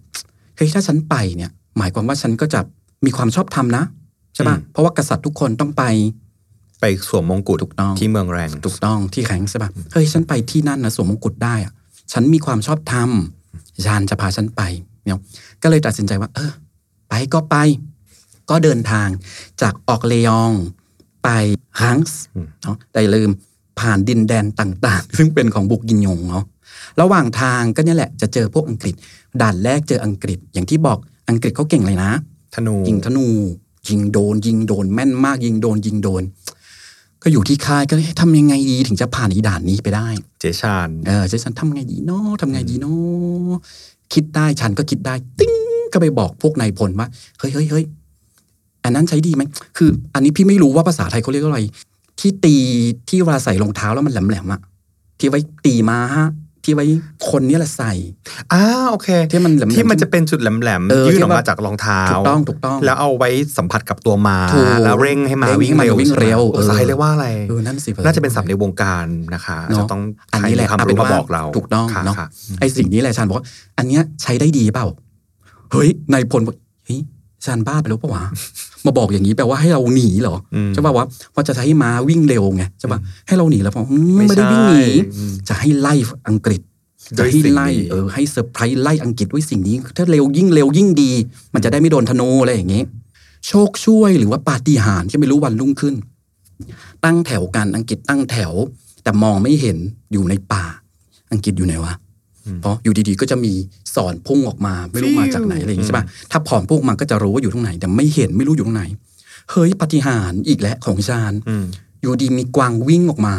C: เฮ้ยถ้าฉันไปเนี่ย หมายความว่าฉันก็จะมีความชอบธรรมนะใช่ปะ
B: อืม
C: เพราะว่ากษัตริย์ทุกคนต้องไป
B: ไปสวมมงกุฎ
C: ถูกต้อง
B: ที่เมืองแรง
C: ถูกต้องที่แข็งใช่ปะเฮ้ยฉันไปที่นั่นนะสวมมงกุฎได้อะฉันมีความชอบธรรมยานจะพาฉันไปเนี่ยก็เลยตัดสินใจว่า เออ ไปก็ไป ก็เดินทางจากออกเลยองไปฮังส์เนาะแต่อย่าลืมผ่านดินแดนต่าง ๆ ซึ่งเป็นของบุกยินยงเนาะระหว่างทางก็เนี่ยแหละจะเจอพวกอังกฤษ ด่านแรกเจออังกฤษ อย่างที่บอกอังกฤษเขาเก่งเลยนะ
B: ธนู
C: ยิงธนู ยิงโดน ยิงโดน แม่นมาก ยิงโดน ยิงโดน ก็อยู่ที่ค่ายก็เอ๊ะทำยังไงดีถึงจะผ่านอีด่านนี้ไปได้
B: เจชาน
C: เออเจสันทำไงดีเนาะทำไงดีเนาะคิดได้ฉันก็คิดได้ ติ้งก็ไปบอกพวกนายพลว่าเฮ้ยเฮ้ยเฮ้ยอันนั้นใช้ดีไหมคือ อันนี้พี่ไม่รู้ว่าภาษาไทยเขาเรียกว่าอะไร ที่ตีที่เวลาใส่รองเท้าแล้วมันแหลมแหลมๆอะที่ไว้ตีมาฮะ ที่ไว้คนเนี่ยแหละใส่
B: อ้าโอเค
C: ที่มันแหลมๆ
B: ที่มันจะเป็นจุดแหลม
C: เออ
B: ๆยื่นออก
C: ที่
B: มา
C: ว่า
B: จากรองเท้า
C: ถูกต้องถูกต้อง
B: แล้วเอาไว้สัมผัสกับตัวมา
C: ถูก
B: แล้วเร่งให้มา
C: เร่งให้
B: วิ่ง
C: มัน
B: เร็ว
C: วิ่งเร็ว
B: ใช่ไหม
C: เออ
B: ภาษาไทยเรียกว่าอะไร
C: เออนั่นสิ
B: น่าจะเป็นศัพท์ในวงการนะคะอาจ
C: เน
B: จะ
C: อะ
B: ต้อง
C: อัน
B: ใคร
C: นี้แหละ
B: มีความ
C: เอาเป็
B: รู้
C: น
B: มาบ
C: ว่า
B: อกเรา
C: ถูกต้อง
B: ค่
C: เนอะ
B: ค่
C: ไอ้สิ่งนี้แหละชานบอกว่า อันเนี้ยใช้ได้ดีเปล่า เฮ้ยนายพลบอกเฮ้ยชานบ้าไปแล้วปะวะ มาบอกอย่างนี้แปลว่าให้เราหนีเหรอ
B: อืม
C: ใช่ป่าวะว่าจะใช้ม้าวิ่งเร็วไงใช่ป่ะให้เราหนีแล้วพออืม
B: ไม่
C: ไม่ได้
B: ใช่
C: วิ่งหนี
B: อืม
C: จะให้ไล่อังกฤษ
B: ด้
C: จะ
B: วย
C: ให้
B: สิ่งนี้
C: ไล่เออให้เซอร์ไพรส์ไล่อังกฤษด้วยสิ่งนี้ ถ้าเร็วยิ่งเร็วยิ่งดี มันจะได้ไม่โดนธนูอะไรอย่างงี้ โชคช่วยหรือว่าปาฏิหาริย์ที่ไม่รู้วันรุ่งขึ้น ตั้งแถวกันอังกฤษตั้งแถว แต่มองไม่เห็นอยู่ในป่า อังกฤษอยู่ไหนวะ
B: อืม
C: เพราะอยู่ดีๆก็จะมีสอนพุ่งออกมา ไม่รู้
B: ฟิว
C: มาจากไหนอะไรอย่างงี้ใช่ปะถ้าผอมพุ่งมาก็จะรู้ว่าอยู่ตรงไหน แต่ไม่เห็นไม่รู้อยู่ตรงไหน เฮ้ยปาฏิหารย์อีกแล้วของชาญ
B: อืม
C: อยู่ดีมีกวางวิ่งออกมา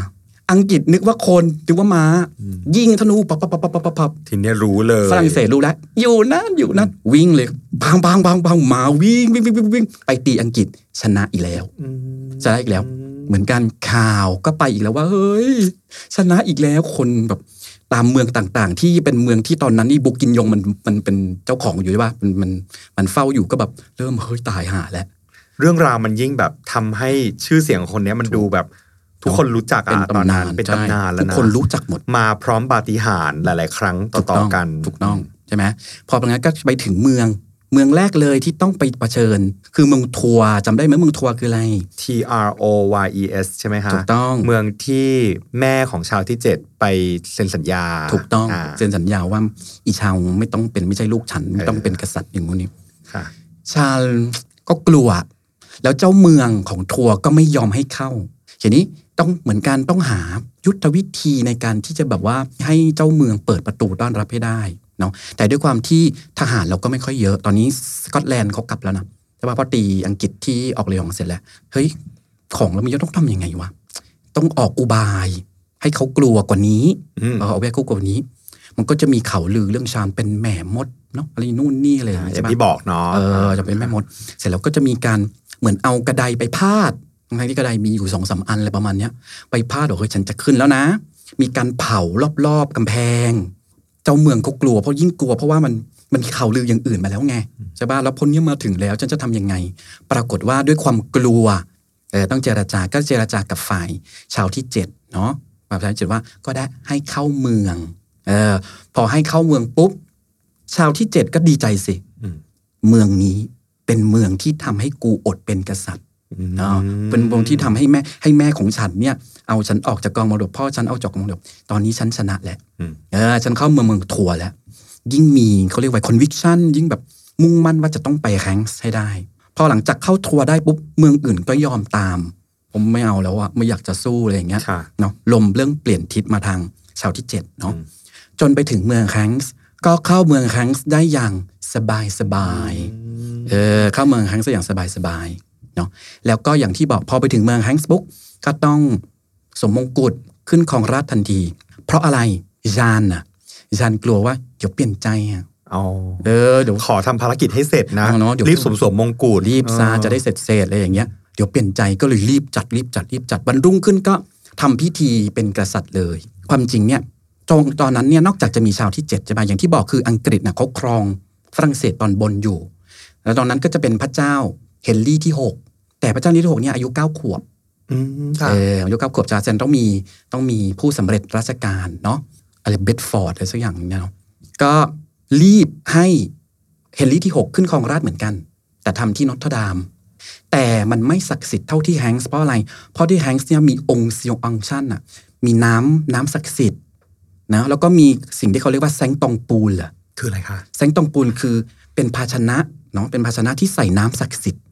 C: อังกฤษนึกว่าคนนึกว่าม้า
B: อืม
C: ยิงธนูปับปับปับปับปับปับ
B: ทีเนี้ยรู้เลย
C: ฝรั่งเศสรู้แล้ว อยู่นั่นอยู่นั่นวิ่งเลยปังปังปังปังมาวิ่งวิ่งวิ่งวิ่งวิ่งไปตีอังกฤษชนะอีกแล้ว
B: อืม
C: ชนะอีกแล้ว เหมือนกันข่าวก็ไปอีกแล้วว่า เฮ้ย ชนะอีกแล้วคนแบบตามเมืองต่างๆ ที่เป็นเมืองที่ตอนนั้นนี่บุกินยงมันมันเป็นเจ้าของอยู่ใช่ปะมันมันมันเฝ้าอยู่ก็แบบเริ่มเฮ้ยตายห่าแล้ว
B: เรื่องราวมันยิ่งแบบทำให้ชื่อเสียงของคนเนี้ยมันดูแบบ ทุกคนรู้จัก
C: เป็น
B: อะตอน
C: ตำนา
B: นั้น
C: น
B: เป็น
C: ใช่
B: ตำนานแล้ว
C: ทุก
B: นะ
C: คนรู้จักหมด
B: มาพร้อมปาฏิหาริย์หลาย ๆ ครั้งต่อๆกัน
C: ถูกต้องใช่ไหมพอเป็นงั้นก็ไปถึงเมือง เมืองแรกเลยที่ต้องไปเผชิญ คือเมืองทัวร์จำได้ไหมเมืองทัวร์คืออะไร
B: T R O Y E S ใช่ไหมฮะ
C: ถูกต้อง
B: เมืองที่แม่ของชาวที่เจ็ดไปเซ็นสัญญา
C: ถูกต้อง
B: า
C: เซ็นสัญญาว่าอีชาวไม่ต้องเป็นไม่ใช่ลูกฉัน ไม่ต้องเป็นกษัตริย์อย่างงู้นนี่
B: ค่ะ
C: ชาลก็กลัว แล้วเจ้าเมืองของทัวร์ก็ไม่ยอมให้เข้าทีนี้ต้องเหมือนกันต้องหายุทธวิธีในการที่จะแบบว่าให้เจ้าเมืองเปิดประตูต้อนรับให้ได้เนาะแต่ด้วยความที่ทหารเราก็ไม่ค่อยเยอะ ตอนนี้สกอตแลนด์เขากลับแล้วนะ ใช่ป่ะเพอตีอังกฤษที่ออกเรือของเสร็จแล้ว เฮ้ย ของเรามีเยอะต้องทำยังไงวะ ต้องออกอุบาย ให้เขากลัวกว่านี้
B: อืม
C: เออเอาไว้กลัวกว่านี้ มันก็จะมีข่าวลือเรื่องชามเป็นแหม่มดเนาะอะไรนู่นนี่อะไรอย่างเงี้ย
B: อ
C: ใช่
B: ย่าง
C: ปะ
B: ที่บอกเนาะ
C: เออจะเป็นแม่มด เสร็จแล้วก็จะมีการเหมือนเอากระไดไปพาดทั้งๆที่กระไดมีอยู่สองสามอันอะไรประมาณเนี้ย ไปพาดบอกเฮ้ยฉันจะขึ้นแล้วนะ มีการเผารอบๆกำแพง เจ้าเมืองเขากลัวเพราะยิ่งกลัวเพราะว่ามันมันมีข่าวลืออย่างอื่นมาแล้วไงใช่ป่ะแล้วพลเนี้ยมาถึงแล้วฉันจะทำยังไง ปรากฏว่าด้วยความกลัวเออต้องเจราจาก็เจราจากับฝ่ายชาวที่เจ็ดเนาะฝ่ายชาวที่เจ็ดว่าก็ได้ให้เข้าเมืองเออพอให้เข้าเมืองปุ๊บชาวที่เจ็ดก็ดีใจสิ
B: ม
C: เมืองนี้เป็นเมืองที่ทำให้กูอดเป็นกษัตริย์เนาะเป็นเมืองที่ทำให้แม่ให้แม่ของฉันเนี่ย เอาฉันออกจากกองมรดกพ่อฉันเอาจากกองมรดกตอนนี้ฉันชนะแล้ว
B: อืม
C: เออฉันเข้าเมืองเมืองทัวร์แล้ว ยิ่งมีเขาเรียกว่า conviction ยิ่งแบบมุ่งมั่นว่าจะต้องไปแรงให้ได้ พอหลังจากเข้าทัวร์ได้ปุ๊บเมืองอื่นก็ยอมตาม ผมไม่เอาแล้วอะไม่อยากจะสู้อะไรอย่างเงี้ย
B: ค่ะ
C: เนาะลมเรื่องเปลี่ยนทิศมาทางเสาร์ที่7เนาะ
B: อืม
C: จนไปถึงเมืองแครงส์ก็เข้าเมืองแครงส์ได้อย่างสบายสบายๆเออเข้าเมืองแครงส์ได้อย่างสบายสบายๆเนาะแล้วก็อย่างที่บอกพอไปถึงเมืองแครงส์ปุ๊บก็ต้องสวมมงกุฎขึ้นของราชย์ทันที เพราะอะไรยานน่ะยานกลัวว่าเดี๋ยวเปลี่ยนใจอ่ะ
B: เอา
C: เออเดี๋ยว
B: ขอทำภารกิจให้เสร็จนะ
C: เอาเนอะเดี๋ยว
B: รีบสวมสวมมงกุฎ
C: รีบซา
B: เออ
C: จะได้เสร็จเสร็จอะไรอย่างเงี้ยเดี๋ยวเปลี่ยนใจก็เลยรีบจัดรีบจัดรีบจัดวันรุ่งขึ้นก็ทำพิธีเป็นกษัตริย์เลย ความจริงเนี่ยตรงตอนนั้นเนี่ยนอกจากจะมีชาวที่เจ็ดใช่ไหมอย่างที่บอกคืออังกฤษนะเขาครองฝรั่งเศสตอนบนอยู่ แล้วตอนนั้นก็จะเป็นพระเจ้าเฮนรี่ที่หกแต่พระเจ้าเฮนรี่ที่หกเนี่ยอายุเก้าขวบ
B: อืมค่ะ
C: เอออายุเก้าขวบจาเซนต้องมีต้องมีผู้สำเร็จราชการเนาะอะไรเบดฟอร์ดอะไรสักอย่างเนี่ยเนาะก็รีบให้เฮนรี่ที่ 6 ขึ้นครองราชย์เหมือนกัน แต่ทำที่นอตเทอร์ดาม แต่มันไม่ศักดิ์สิทธิ์เท่าที่แฮงส์เพราะอะไร เพราะที่แฮงส์เนี่ยมีองค์เซียงอังชันอะมีน้ำน้ำศักดิ์สิทธิ์นะแล้วก็มีสิ่งที่เขาเรียกว่าแซงตองปูลอะ
B: คืออะไรคะ
C: แซงตองปูนคือเป็นภาชนะเนาะเป็นภาชนะที่ใส่น้ำศักดิ์สิทธิ์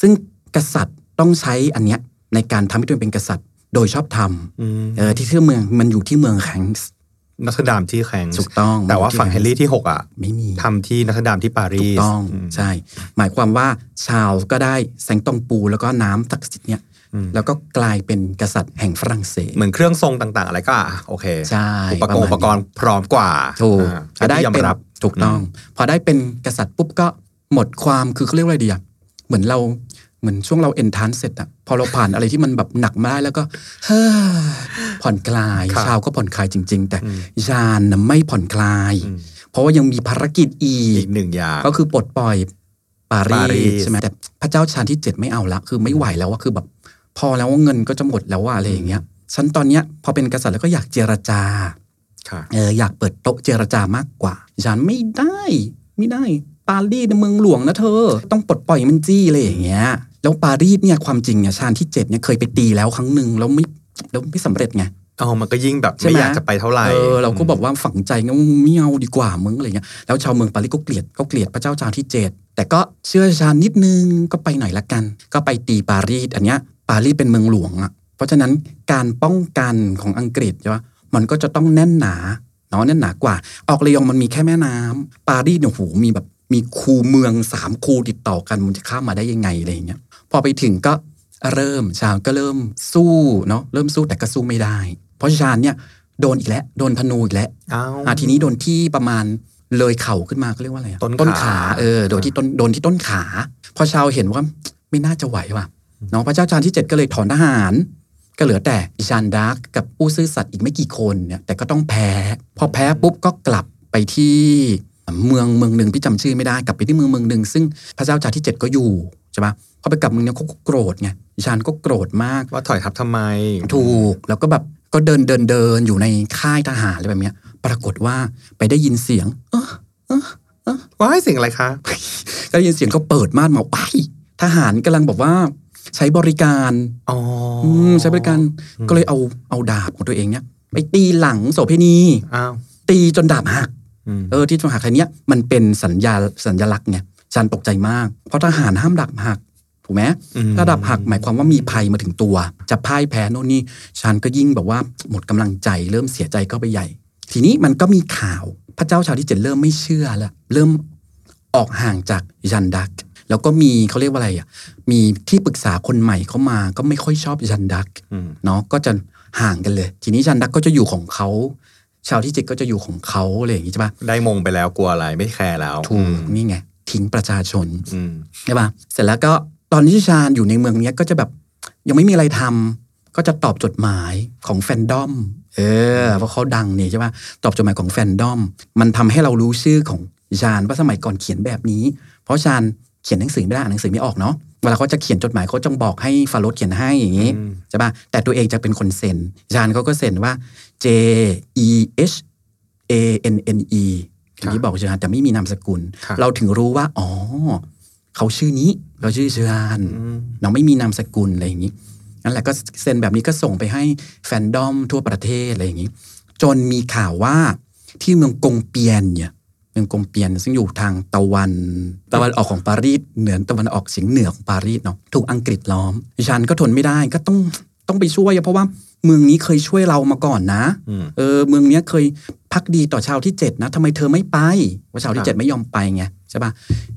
C: ซึ่งกษัตริย์ต้องใช้อันเนี้ยในการทำให้ตัวเองเป็นกษัตริย์ โดยชอบธรรม
B: อืม
C: เออที่ชื่อเมืองมันอยู่ที่เมืองแข็งส์
B: นักดามที่แข็ง
C: ถูกต้อง
B: แต่ว่าฝั่งเฮนรี่ที่หกอ่ะ
C: ไม่มี
B: ทำที่นักดามที่ปารี
C: ถูก
B: ส
C: ต้อง
B: ม
C: ใช่ หมายความว่าชาวก็ได้แซงตองปูแล้วก็น้ำศักดิ์สิทธิ์เนี่ย
B: อืม
C: แล้วก็กลายเป็นกษัตริย์แห่งฝรั่งเศส
B: เหมือนเครื่องทรงต่าง ๆ อะไรก็อ่ะโอเค
C: ใช่
B: อุปกรณ์อุ
C: ป
B: ประก
C: มาณ
B: รณ์พร้อมกว่า
C: ถูก
B: อ่า
C: พอได้
B: ที่ยอม
C: เป็น
B: รับ
C: ถูกต้อง พอได้เป็นกษัตริย์ปุ๊บก็หมดความคือเขาเรียกว่าอะไรดีอะเหมือนเราเหมือนช่วงเราเอนทานเสร็จอะพอเราผ่านอะไรที่มันแบบหนักมาได้แล้วก็ เฮ้อผ่อนคลาย
B: ครับ
C: ชาวก็ผ่อนคลายจริง ๆ แต่
B: อืม
C: ยานนะไม่ผ่อนคลาย
B: อืม
C: เพราะว่ายังมีภารกิจอี
B: อี
C: ก
B: กหนึ่งอย่าง
C: ก็คือปลดปล่อยปารี
B: ปารี
C: ส
B: ส
C: ใช่ไหมแต่พระเจ้าชาญที่เจ็ดไม่เอาละคือไม่ไหวแล้วว่าคือแบบ พอแล้วว่าเงินก็จะหมดแล้วว่าอะไรอย่างเงี้ยฉันตอนเนี้ยพอเป็นกษัตริย์แล้วก็อยากเจรจา
B: ค่ะ
C: เอออยากเปิดโต๊ะเจรจามากกว่าฉันไม่ได้ ไม่ได้ ปารีสเนี่ยเมืองหลวงนะเธอ ต้องปลดปล่อยมันจี้อะไรอย่างเงี้ยแล้วปารีสเนี่ยความจริงเนี่ยชาญที่เจ็ดเนี่ยเคยไปตีแล้วครั้งหนึ่งแล้วไม่แล้วไม่สำเร็จไง
B: เอ๋อมันก็ยิ่งแบบ
C: ใช่
B: ไม่
C: ไหม
B: อยากจะไปเท่าไหร่
C: เออเราก็บอกว่าฝังใจงั้นไม่เอาดีกว่ามึงอะไรเงี้ยแล้วชาวเมืองปารีสก็เกลียดก็เกลียดพระเจ้าชาญที่เจ็ดแต่ก็เชื่อชาญนิดนึงก็ไปหน่อยละกัน ก็ไปตีปารีสอันเนี้ยปารีสเป็นเมืองหลวงอ่ะเพราะฉะนั้นการป้องกันของอังกฤษใช่ปะมันก็จะต้องแน่นหนา เนาะนั่นหนากว่า ออกระยองมันมีแค่แม่น้ำปารีสเนี่ยโหมีแบบมีคูเมืองสามคูติดต่อกันมันจะข้ามมาได้ยังไงอะไรอย่างเงี้ยพอไปถึงก็เริ่มชาญก็เริ่มสู้เนาะเริ่มสู้แต่ก็สู้ไม่ได้ เพราะชาญเนี่ยโดนอีกแล้วโดนธนูอีกแล้ว
B: อ้าว
C: อ่ะทีนี้โดนที่ประมาณเลยเข่าขึ้นมาเขาเรียกว่าอะไรอะ
B: ต้นขา
C: เออโดนที่ต้นโดนที่ต้นขา พอชาวเห็นว่าไม่น่าจะไหวว่ะเน้องพระเจ้าชานที่ 7 ก็เลยถอนทหาร ก็เหลือแต่อิชานดาร์กกับผู้ซื่อสัตย์อีกไม่กี่คนเนี่ยแต่ก็ต้องแพ้ พอแพ้ปุ๊บก็กลับไปที่เมืองเมืองหนึ่งพี่จำชื่อไม่ได้กลับไปที่เมืองเมืองหนึ่งซึ่งพระเจ้าชานที่ 7 ก็อยู่ใช่ปะพอไปกลับเมืองเนี่ยเขาก็โกรธไงอิชานก็โกรธมาก
B: ว่าถอยทับทำไม
C: ถูกแล้วก็แบบก็เดินเดินเดินอยู่ในค่ายทหารอะไรแบบเนี้ย ปรากฏว่าไปได้ยินเสียง เออ
B: ว่าให้สิ่งอะไรคะ
C: ได้ยินเสียงเขาเปิดม่านมาไปทหารกำลังบอกว่า ใช้บริการ
B: อ๋ออ
C: มใช้บริการ
B: อืม
C: ก็เลยเอาเอาดาบของตัวเองเนี่ยไปตีหลังโสเพณี
B: อ้าว
C: ตีจนดาบหัก
B: อืม
C: เออที่จนหักครั้งเนี้ยมันเป็นสัญญาสัญลักษณ์ไงฉันตกใจมาก เพราะทหารห้ามดาบหักถูกไหม
B: ม
C: ถ้าดับหักหมายความว่ามีภัยมาถึงตัว จะพ่ายแพ้โน่นนี่ชันก็ยิ่งแบบว่าหมดกำลังใจเริ่มเสียใจก็ไปใหญ่ ทีนี้มันก็มีข่าวพระเจ้าชาวที่เจ็ดเริ่มไม่เชื่อละเริ่มออกห่างจากยันดัก แล้วก็มีเขาเรียกว่าอะไรอ่ะมีที่ปรึกษาคนใหม่เข้ามาก็ไม่ค่อยชอบยันดัก
B: อืม
C: เนาะก็จะห่างกันเลย ทีนี้ยันดักก็จะอยู่ของเขา ชาวที่เจ็ดก็จะอยู่ของเขาอะไรอย่างงี้ใช่ปะ
B: ได้มงไปแล้วกลัวอะไรไม่แคร์แล้ว
C: ถูกนี่ไงทิ้งประชาชน
B: อืม
C: ใช่ปะเสร็จแล้วก็ตอนที่ชาญอยู่ในเมืองเนี้ยก็จะแบบยังไม่มีอะไรทำก็จะตอบจดหมายของแฟนดอม เออเพราะเขาดังนี่ใช่ปะตอบจดหมายของแฟนดอม มันทำให้เรารู้ชื่อของชาญว่าสมัยก่อนเขียนแบบนี้ เพราะชาญเขียนหนังสือไม่ได้อ่านหนังสือไม่ออกเนาะเวลาเขาจะเขียนจดหมายเขาจงบอกให้ฟาโรสเขียนให้อย่างงี้
B: อืม
C: ใช่ปะแต่ตัวเองจะเป็นคนเซ็นชาญเขาก็เซ็นว่า J E H A N N E อย่างที่บอกชาญแต่ไม่มีนามสกุล
B: ค่ะ
C: เราถึงรู้ว่า อ๋อ เขาชื่อนี้ เราชื่อเชอาน
B: อืม
C: เราไม่มีนามสกุลอะไรอย่างนี้ นั่นแหละก็เซ็นแบบนี้ก็ส่งไปให้แฟนดอมทั่วประเทศอะไรอย่างนี้ จนมีข่าวว่าที่เมืองกงเปียนเนี่ย เมืองกงเปียนซึ่งอยู่ทางตะวัน ตะวันออกของปารีสเหนือตะวันออกเฉียงเหนือของปารีสเนาะ ถูกอังกฤษล้อมดิฉันก็ทนไม่ได้ก็ต้องต้องไปช่วยอะเพราะว่าเมืองนี้เคยช่วยเรามาก่อนนะ
B: อืม
C: เออเมืองเนี้ยเคยพักดีต่อชาวที่เจ็ดนะทำไมเธอไม่ไป ว่าชาวที่
B: ครั
C: เจ็ด
B: บ
C: ไม่ยอมไปไงใช่ปะ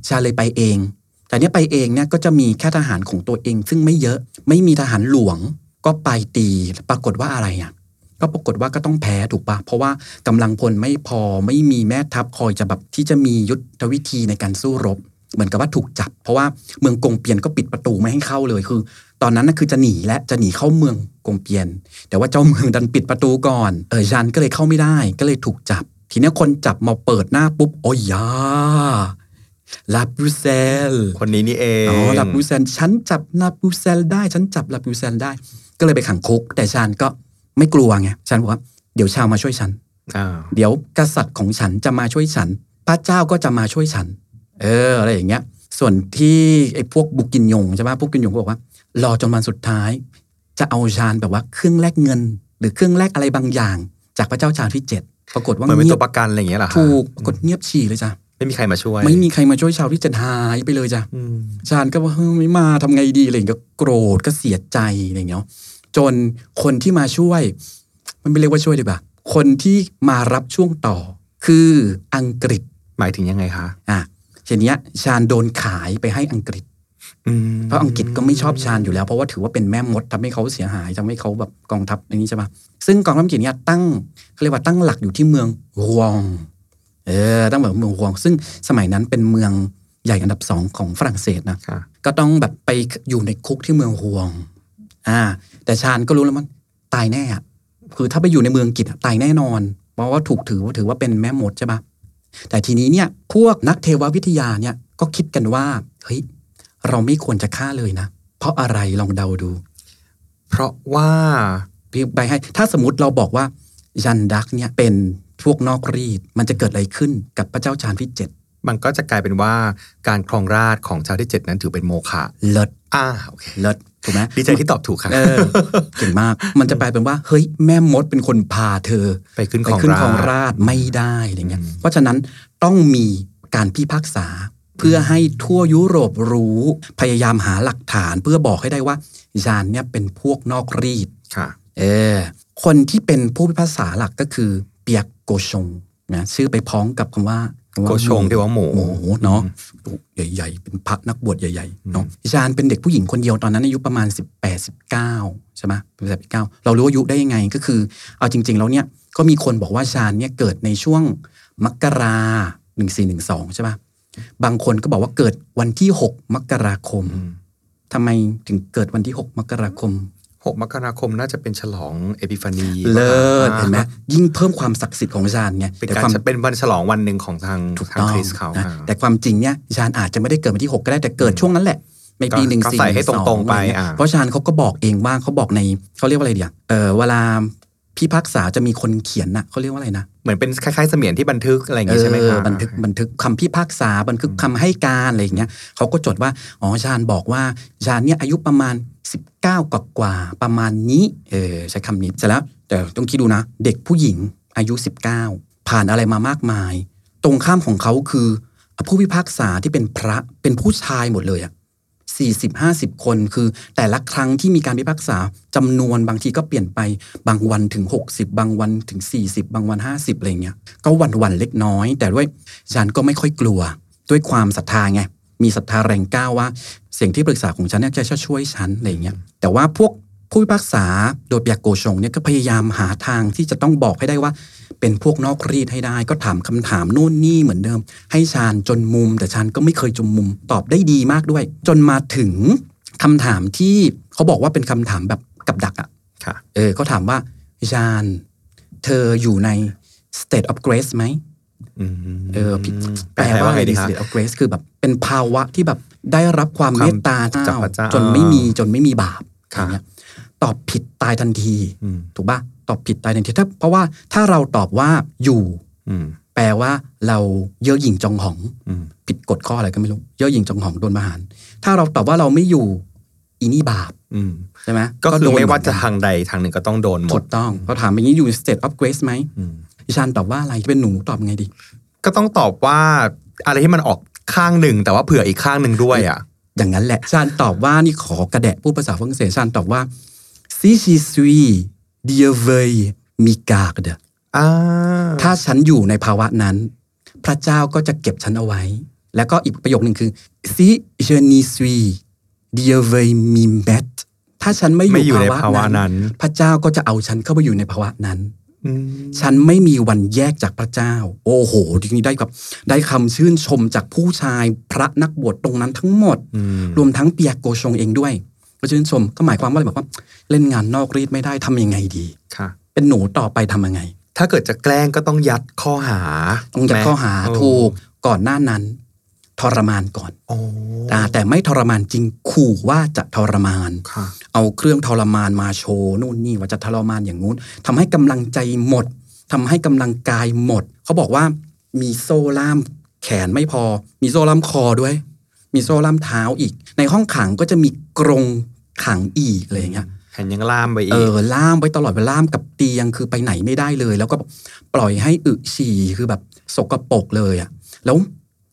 C: ชาเลยไปเอง แต่เนี้ยไปเองเนี่ยก็จะมีแค่ทหารของตัวเอง ซึ่งไม่เยอะไม่มีทหารหลวงก็ไปตีปรากฏว่าอะไรอ่ะก็ปรากฏว่าก็ต้องแพ้ถูกปะเพราะว่ากำลังพลไม่พอไม่มีแม่ทัพคอยจะแบบที่จะมียุทธวิธีในการสู้รบ เหมือนกับว่าถูกจับ เพราะว่าเมืองกงเปียนก็ปิดประตูไม่ให้เข้าเลยคือ ตอนนั้นนะคือจะหนีและจะหนีเข้าเมืองกงเปียน แต่ว่าเจ้าเมืองดันปิดประตูก่อนเออชันก็เลยเข้าไม่ได้ก็เลยถูกจับ ทีเนี้ยคนจับมาเปิดหน้าปุ๊บโอ้ยยาลาบรูเซล
B: คนนี้นี่เอง
C: อ๋อลาบรูเซลฉันจับลาบรูเซลได้ ฉันจับลาบรูเซลได้ ก็เลยไปขังคุก แต่ชันก็ไม่กลัวไงชันบอกว่าเดี๋ยวชาวมาช่วยฉัน
B: อ่า
C: เดี๋ยวกษัตริย์ของฉันจะมาช่วยฉัน พระเจ้าก็จะมาช่วยฉัน เอออะไรอย่างเงี้ย ส่วนที่ไอ้พวกบุกินยงใช่ไหมพวกกินยงก็บอกว่า รอจนวันสุดท้าย จะเอาชานแบบว่าเครื่องแลกเงิน หรือเครื่องแลกอะไรบางอย่าง จากพระเจ้าชาญที่เจ็ดปรากฏว่า
B: เหมือนเป็น
C: เงี
B: ตั
C: ยว บ
B: ประกันอะไรอย่างเงี้ยเหรอคะ
C: ถูกปรากฏเงียบฉี่เลยจ้ะ
B: ไม่มีใครมาช่วย
C: ไม่มีใครมาช่วยชาวที่เจ็ดหายไปเลยจ้ะ
B: อืม
C: ชาญก็ว่าเฮ้ยไม่มาทำไงดีอะไรอย่างเงี้ยก็โกรธก็เสียใจอะไรอย่างเงี้ยเนาะจนคนที่มาช่วย มันไม่เรียกว่าช่วยดีกว่าคนที่มารับช่วงต่อ คืออังกฤษ
B: หมายถึงยังไงคะ
C: อ่ะทีเนี้ยชาญโดนขายไปให้อังกฤษ
B: อืม
C: เพราะอังกฤษก็ไม่ชอบชาญอยู่แล้ว เพราะว่าถือว่าเป็นแม่มดทำให้เขาเสียหายทำให้เขาแบบกองทัพอันนี้ใช่ปะซึ่งกองทัพอังกฤษเนี่ยตั้งเขาเรียกว่าตั้งหลักอยู่ที่เมืองฮวองเออตั้งแบบเมืองฮวอง ซึ่งสมัยนั้นเป็นเมืองใหญ่อันดับสองของฝรั่งเศสนะ
B: ค่ะ
C: ก็ต้องแบบไปอยู่ในคุกที่เมืองฮวง อ่า แต่ชาญก็รู้แล้วมันตายแน่อะคือถ้าไปอยู่ในเมืองอังกิจตายแน่นอน เพราะว่าถูกถือว่าถือว่าเป็นแม่มดใช่ปะแต่ทีนี้เนี่ยพวกนักเทววิทยาเนี่ยก็คิดกันว่า เฮ้ย เราไม่ควรจะฆ่าเลยนะ เพราะอะไรลองเดาดู
B: เพราะว่า
C: พี่ใบให้ ถ้าสมมติเราบอกว่ายันดักเนี่ยเป็นพวกนอกรีด มันจะเกิดอะไรขึ้นกับพระเจ้าชาญที่เจ็ด
B: มันก็จะกลายเป็นว่าการครองราชย์ของชาวที่เจ็ดนั้นถือเป็นโมฆะ
C: เลิศ
B: อ่าโอเค
C: เลิศถูกไหม
B: ดีใจที่ตอบถูกค่ะ
C: เออเก่งมาก มันจะกลายเป็นว่า เฮ้ย แม่มดเป็นคนพาเธอ
B: ไปขึ้น
C: ไป
B: ของ
C: ขึ้น
B: รา
C: ของ
B: ช
C: ราชไม่ได้อะไรเงี้ย
B: อืม
C: เพราะฉะนั้นต้องมีการพิพากษา เพื่อให้ทั่วยุโรปรู้ พยายามหาหลักฐานเพื่อบอกให้ได้ว่าจานเนี่ยเป็นพวกนอกรีด
B: ค่ะ
C: เออ คนที่เป็นผู้พิพากษาหลักก็คือเปียก โกชงนะชื่อไปพ้องกับคำว่าคำว่า
B: โกชงที่ว่าหมู
C: โอ้โหเนาะใหญ่ๆ เป็นพระนักบวชใหญ่ๆเนาะดิฉันเป็นเด็กผู้หญิงคนเดียวตอนนั้นอายุประมาณ 18 19ใช่ไหมเป็นสิบเก้าเรารู้อายุได้ยังไงก็คือ เอาจริง ๆ แล้วเนี่ยก็มีคนบอกว่าชาญเนี่ยเกิดในช่วงมกราหนึ่งสี่หนึ่งสองใช่ปะบางคนก็บอกว่าเกิดวันที่หกมกราคม
B: อืม
C: ทำไมถึงเกิดวันที่หกมกราคม
B: หกมกราคมน่าจะเป็นฉลองเอพิฟานี
C: เลิศ
B: อ่า
C: เห็นไหมยิ่งเพิ่มความศักดิ์สิทธิ์ของฌานไง
B: เป็น
C: แต่
B: กา
C: ความ
B: รเป็นวันฉลองวันหนึ่งของทาง
C: ถูก
B: ทาง
C: ต้อง
B: คริสเขา
C: นะ
B: อ่า
C: แต่ความจริงเนี่ยฌานอาจจะไม่ได้เกิดวันที่ 6 ก็ได้แต่เกิดช่วงนั้นแหละในปี
B: ก็
C: หนึ่ง
B: ก็
C: สี่
B: ใส่ให้ตรงๆไปอ่า
C: เพราะฌานเขาก็บอกเองว่าเขาบอกในเขาเรียกว่าอะไรเดียวเออเวลาพิพากษาจะมีคนเขียนน่ะเขาเรียกว่าอะไรนะ
B: เหมือนเป็นคล้ายๆเสมียนที่บันทึกอะไรอย่างงี้ใช่ไหม
C: เอ
B: ค
C: อ
B: รับ
C: บันทึกบันทึกคำพิพากษาบันทึกคำให้การอะไรอย่างเงี้ยเขาก็จดว่าอ๋อฌานบอกว่าฌานเนี่ยอายุประมาณ 19 กว่ากว่าๆประมาณนี้เออใช้คำนี้เสร็จแล้วแต่ต้องคิดดูนะ เด็กผู้หญิงอายุ 19 ผ่านอะไรมามากมาย ตรงข้ามของเขาคือ ผู้พิพากษาที่เป็นพระเป็นผู้ชายหมดเลยอะสี่สิบห้าสิบคนคือแต่ละครั้งที่มีการพิพากษาจำนวนบางทีก็เปลี่ยนไปบางวันถึง 60 บางวันถึง 40 บางวัน 50อะไรเงี้ยก็หวันๆเล็กน้อย แต่ด้วยฉันก็ไม่ค่อยกลัว ด้วยความศรัทธาไง มีศรัทธาแรงกล้าว่าเสียงที่ปรึกษาของฉันเนี่ยจะช่วยฉันอะไรเงี้ยแต่ว่าพวกผู้พิพากษาโดยเปียโกชงเนี่ยก็พยายามหาทางที่จะต้องบอกให้ได้ว่า เป็นพวกนอกรีดให้ได้ ก็ถามคำถามโน่นนี่เหมือนเดิม ให้ชานจนมุม แต่ชานก็ไม่เคยจนมุมตอบได้ดีมากด้วย จนมาถึงคำถามที่เขาบอกว่าเป็นคำถามแบบกับดักอะ
B: ค่ะ
C: เออเขาถามว่าชานเธออยู่ใน state of grace ไหม
B: อืม
C: เออผิด
B: แปลว่าไงดีครับ
C: สเตทออฟเกรสคือแบบเป็นภาวะที่แบบได้รับความ
B: ความ
C: เมตตา
B: จากพระเจ้า
C: จนไม่มีจนไม่มีบาป
B: ครับ
C: อย่างเงี้ยตอบผิดตายทันที
B: อืม
C: ถูกป่ะตอบผิดตายทันทีถ้าเพราะว่าถ้าเราตอบว่าอยู่
B: อืม
C: แปลว่าเราเย่อหยิ่งจองหอง
B: อืม
C: ผิดกฎข้ออะไรก็ไม่รู้ เย่อหยิ่งจองหองโดนประหาร ถ้าเราตอบว่าเราไม่อยู่อีนี่บาป
B: อืม
C: ใช่ไหม
B: ก็คือ
C: โดน
B: ไม่ว่าจะทางใดทางหนึ่งก็ต้องโดนหม
C: ถู
B: ด
C: กต้องเขาถามอย่างนี้อยู่ state of grace ไหม
B: อืม
C: ดิฉันตอบว่าอะไรเป็นหนูตอบไงดี
B: ก็ต้องตอบว่าอะไรที่มันออกข้างหนึ่ง แต่ว่าเผื่ออีกข้างหนึ่งด้วยอ่ะ
C: อย่างนั้นแหละชานตอบว่านี่ขอกระแดะพูดภาษาฝรั่งเศสชานตอบว่าซีชีสวีเดียเวยมิกาเด
B: อ่า
C: ถ้าฉันอยู่ในภาวะนั้น พระเจ้าก็จะเก็บฉันเอาไว้ แล้วก็อีกประโยคหนึ่งคือซีเจนีสวีเดียเวยมิเมตถ้าฉันไม่
B: ไม่อ
C: อยู่ ยู่
B: ใน
C: ภา
B: ภาวะ
C: วะนั้น
B: นั้น
C: พระเจ้าก็จะเอาฉันเข้าไปอยู่ในภาวะนั้น
B: อืม
C: ฉันไม่มีวันแยกจากพระเจ้า โอ้โหทีนี้ได้กับได้คำชื่นชมจากผู้ชายพระนักบวชตรงนั้นทั้งหมด
B: อืม
C: รวมทั้งเปียโกชงเองด้วยก็ชื่นชมก็หมายความว่าอะไรบอกว่า เล่นงานนอกรีดไม่ได้ทำยังไงดี
B: ค่ะ
C: เป็นหนูต่อไปทำยังไง
B: ถ้าเกิดจะแกล้งก็ต้องยัดข้อหา
C: ต้องจับ
B: ไหม
C: ข้อหา
B: โอ้
C: ถูกก่อนหน้านั้น ทรมานก่อน
B: โอ้
C: อ่าแต่ไม่ทรมานจริงขู่ว่าจะทรมาน
B: ค่ะ
C: เอาเครื่องทรมานมาโชว์นู่นนี่ว่าจะทรมานอย่างงู้นทำให้กำลังใจหมดทำให้กำลังกายหมด เขาบอกว่ามีโซ่ล่ามแขนไม่พอ มีโซ่ล่ามคอด้วย มีโซ่ล่ามเท้าอีก ในห้องขังก็จะมีกรงขังอีกอะไรอย่างเงี้ย
B: แผ่นยังล่ามไปอี
C: เอก อล่ามไว้ตลอดเวลาล่ามกับเตียงคือไปไหนไม่ได้เลย แล้วก็ปล่อยให้อึฉี่คือแบบสกปรกเลยอะ่ะแล้ว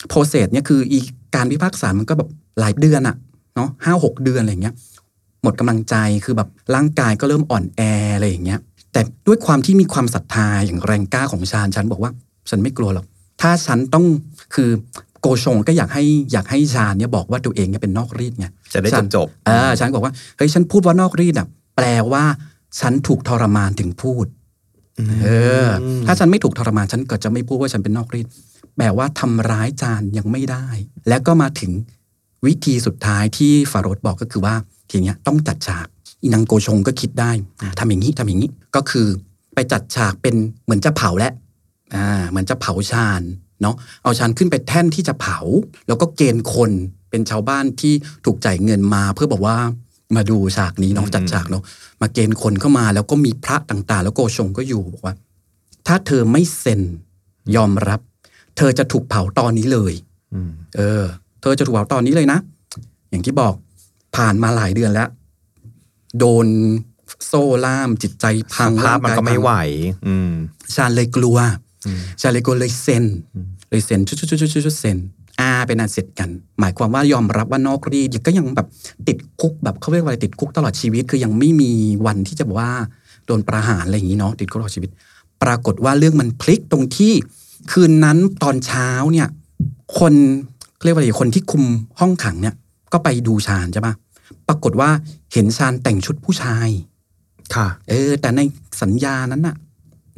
C: โปรเซสเนี่ยคืออีการพิพากษามันก็แบบหลายเดือนอะ่ะเนาะห้าหกเดือนอะไรอย่างเงี้ย หมดกำลังใจคือแบบร่างกายก็เริ่มอ่อนแออะไรอย่างเงี้ย แต่ด้วยความที่มีความศรัทธาอย่างแรงกล้าของชาญฉันบอกว่า ฉันไม่กลัวหรอกถ้าฉันต้องคือโกชงก็อยากให้อยากให้ชาญเนี่ยบอกว่าตัวเองเนี่ยเป็นนอกรีดไง
B: จะได้จบจบ
C: เออฉันบอกว่าเฮ้ยฉันพูดว่านอกรีดอ่ะแปลว่าฉันถูกทรมานถึงพูด เออ ถ้าฉันไม่ถูกทรมานฉันก็จะไม่พูดว่าฉันเป็นนอกรีดแปลว่าทำร้ายจานยังไม่ได้ แล้วก็มาถึงวิธีสุดท้ายที่ฟาโรดบอกก็คือว่าทีเนี้ยต้องจัดฉากอีนางโกชงก็คิดได้ทำอย่างนี้ทำอย่างนี้ก็คือไปจัดฉากเป็นเหมือนจะเผาแล้วอ่าเหมือนจะเผาชานเนาะเอาชานขึ้นไปแท่นที่จะเผา แล้วก็เกณฑ์คนเป็นชาวบ้านที่ถูกจ่ายเงินมาเพื่อบอกว่ามาดูฉากนี้เนาะจัดฉากเนาะมาเกณฑ์คนเข้ามาแล้วก็มีพระต่างๆ แล้วโกชงก็อยู่บอกว่า ถ้าเธอไม่เซ็นยอมรับ เธอจะถูกเผาตอนนี้เลย
B: อืม
C: เออ เธอจะถูกเผาตอนนี้เลยนะ อย่างที่บอกผ่านมาหลายเดือนแล้ว โดนโซ่ล่ามจิตใจพัง
B: สภาพมันก็ไม่ไหว อืม
C: ชาญเลยกลัว
B: อืม
C: ชาญเลยกลัวเลยเซ็น เลยเซ็นชุดชุดชุดชุดชุดชุดเซ็นอ่าเป็นอันเสร็จกัน หมายความว่ายอมรับว่านอกรีดยังก็ยังแบบติดคุกแบบเขาเรียกว่าอะไรติดคุกตลอดชีวิต คือยังไม่มีวันที่จะบอกว่าโดนประหารอะไรอย่างนี้เนาะติดคุกตลอดชีวิต ปรากฏว่าเรื่องมันพลิกตรงที่คืนนั้นตอนเช้าเนี่ย คนเรียกว่าอะไรคนที่คุมห้องขังเนี่ย ก็ไปดูชาญใช่ปะปรากฏว่าเห็นชาญแต่งชุดผู้ชาย
B: ค่ะ
C: เออ แต่ในสัญญานั้นน่ะ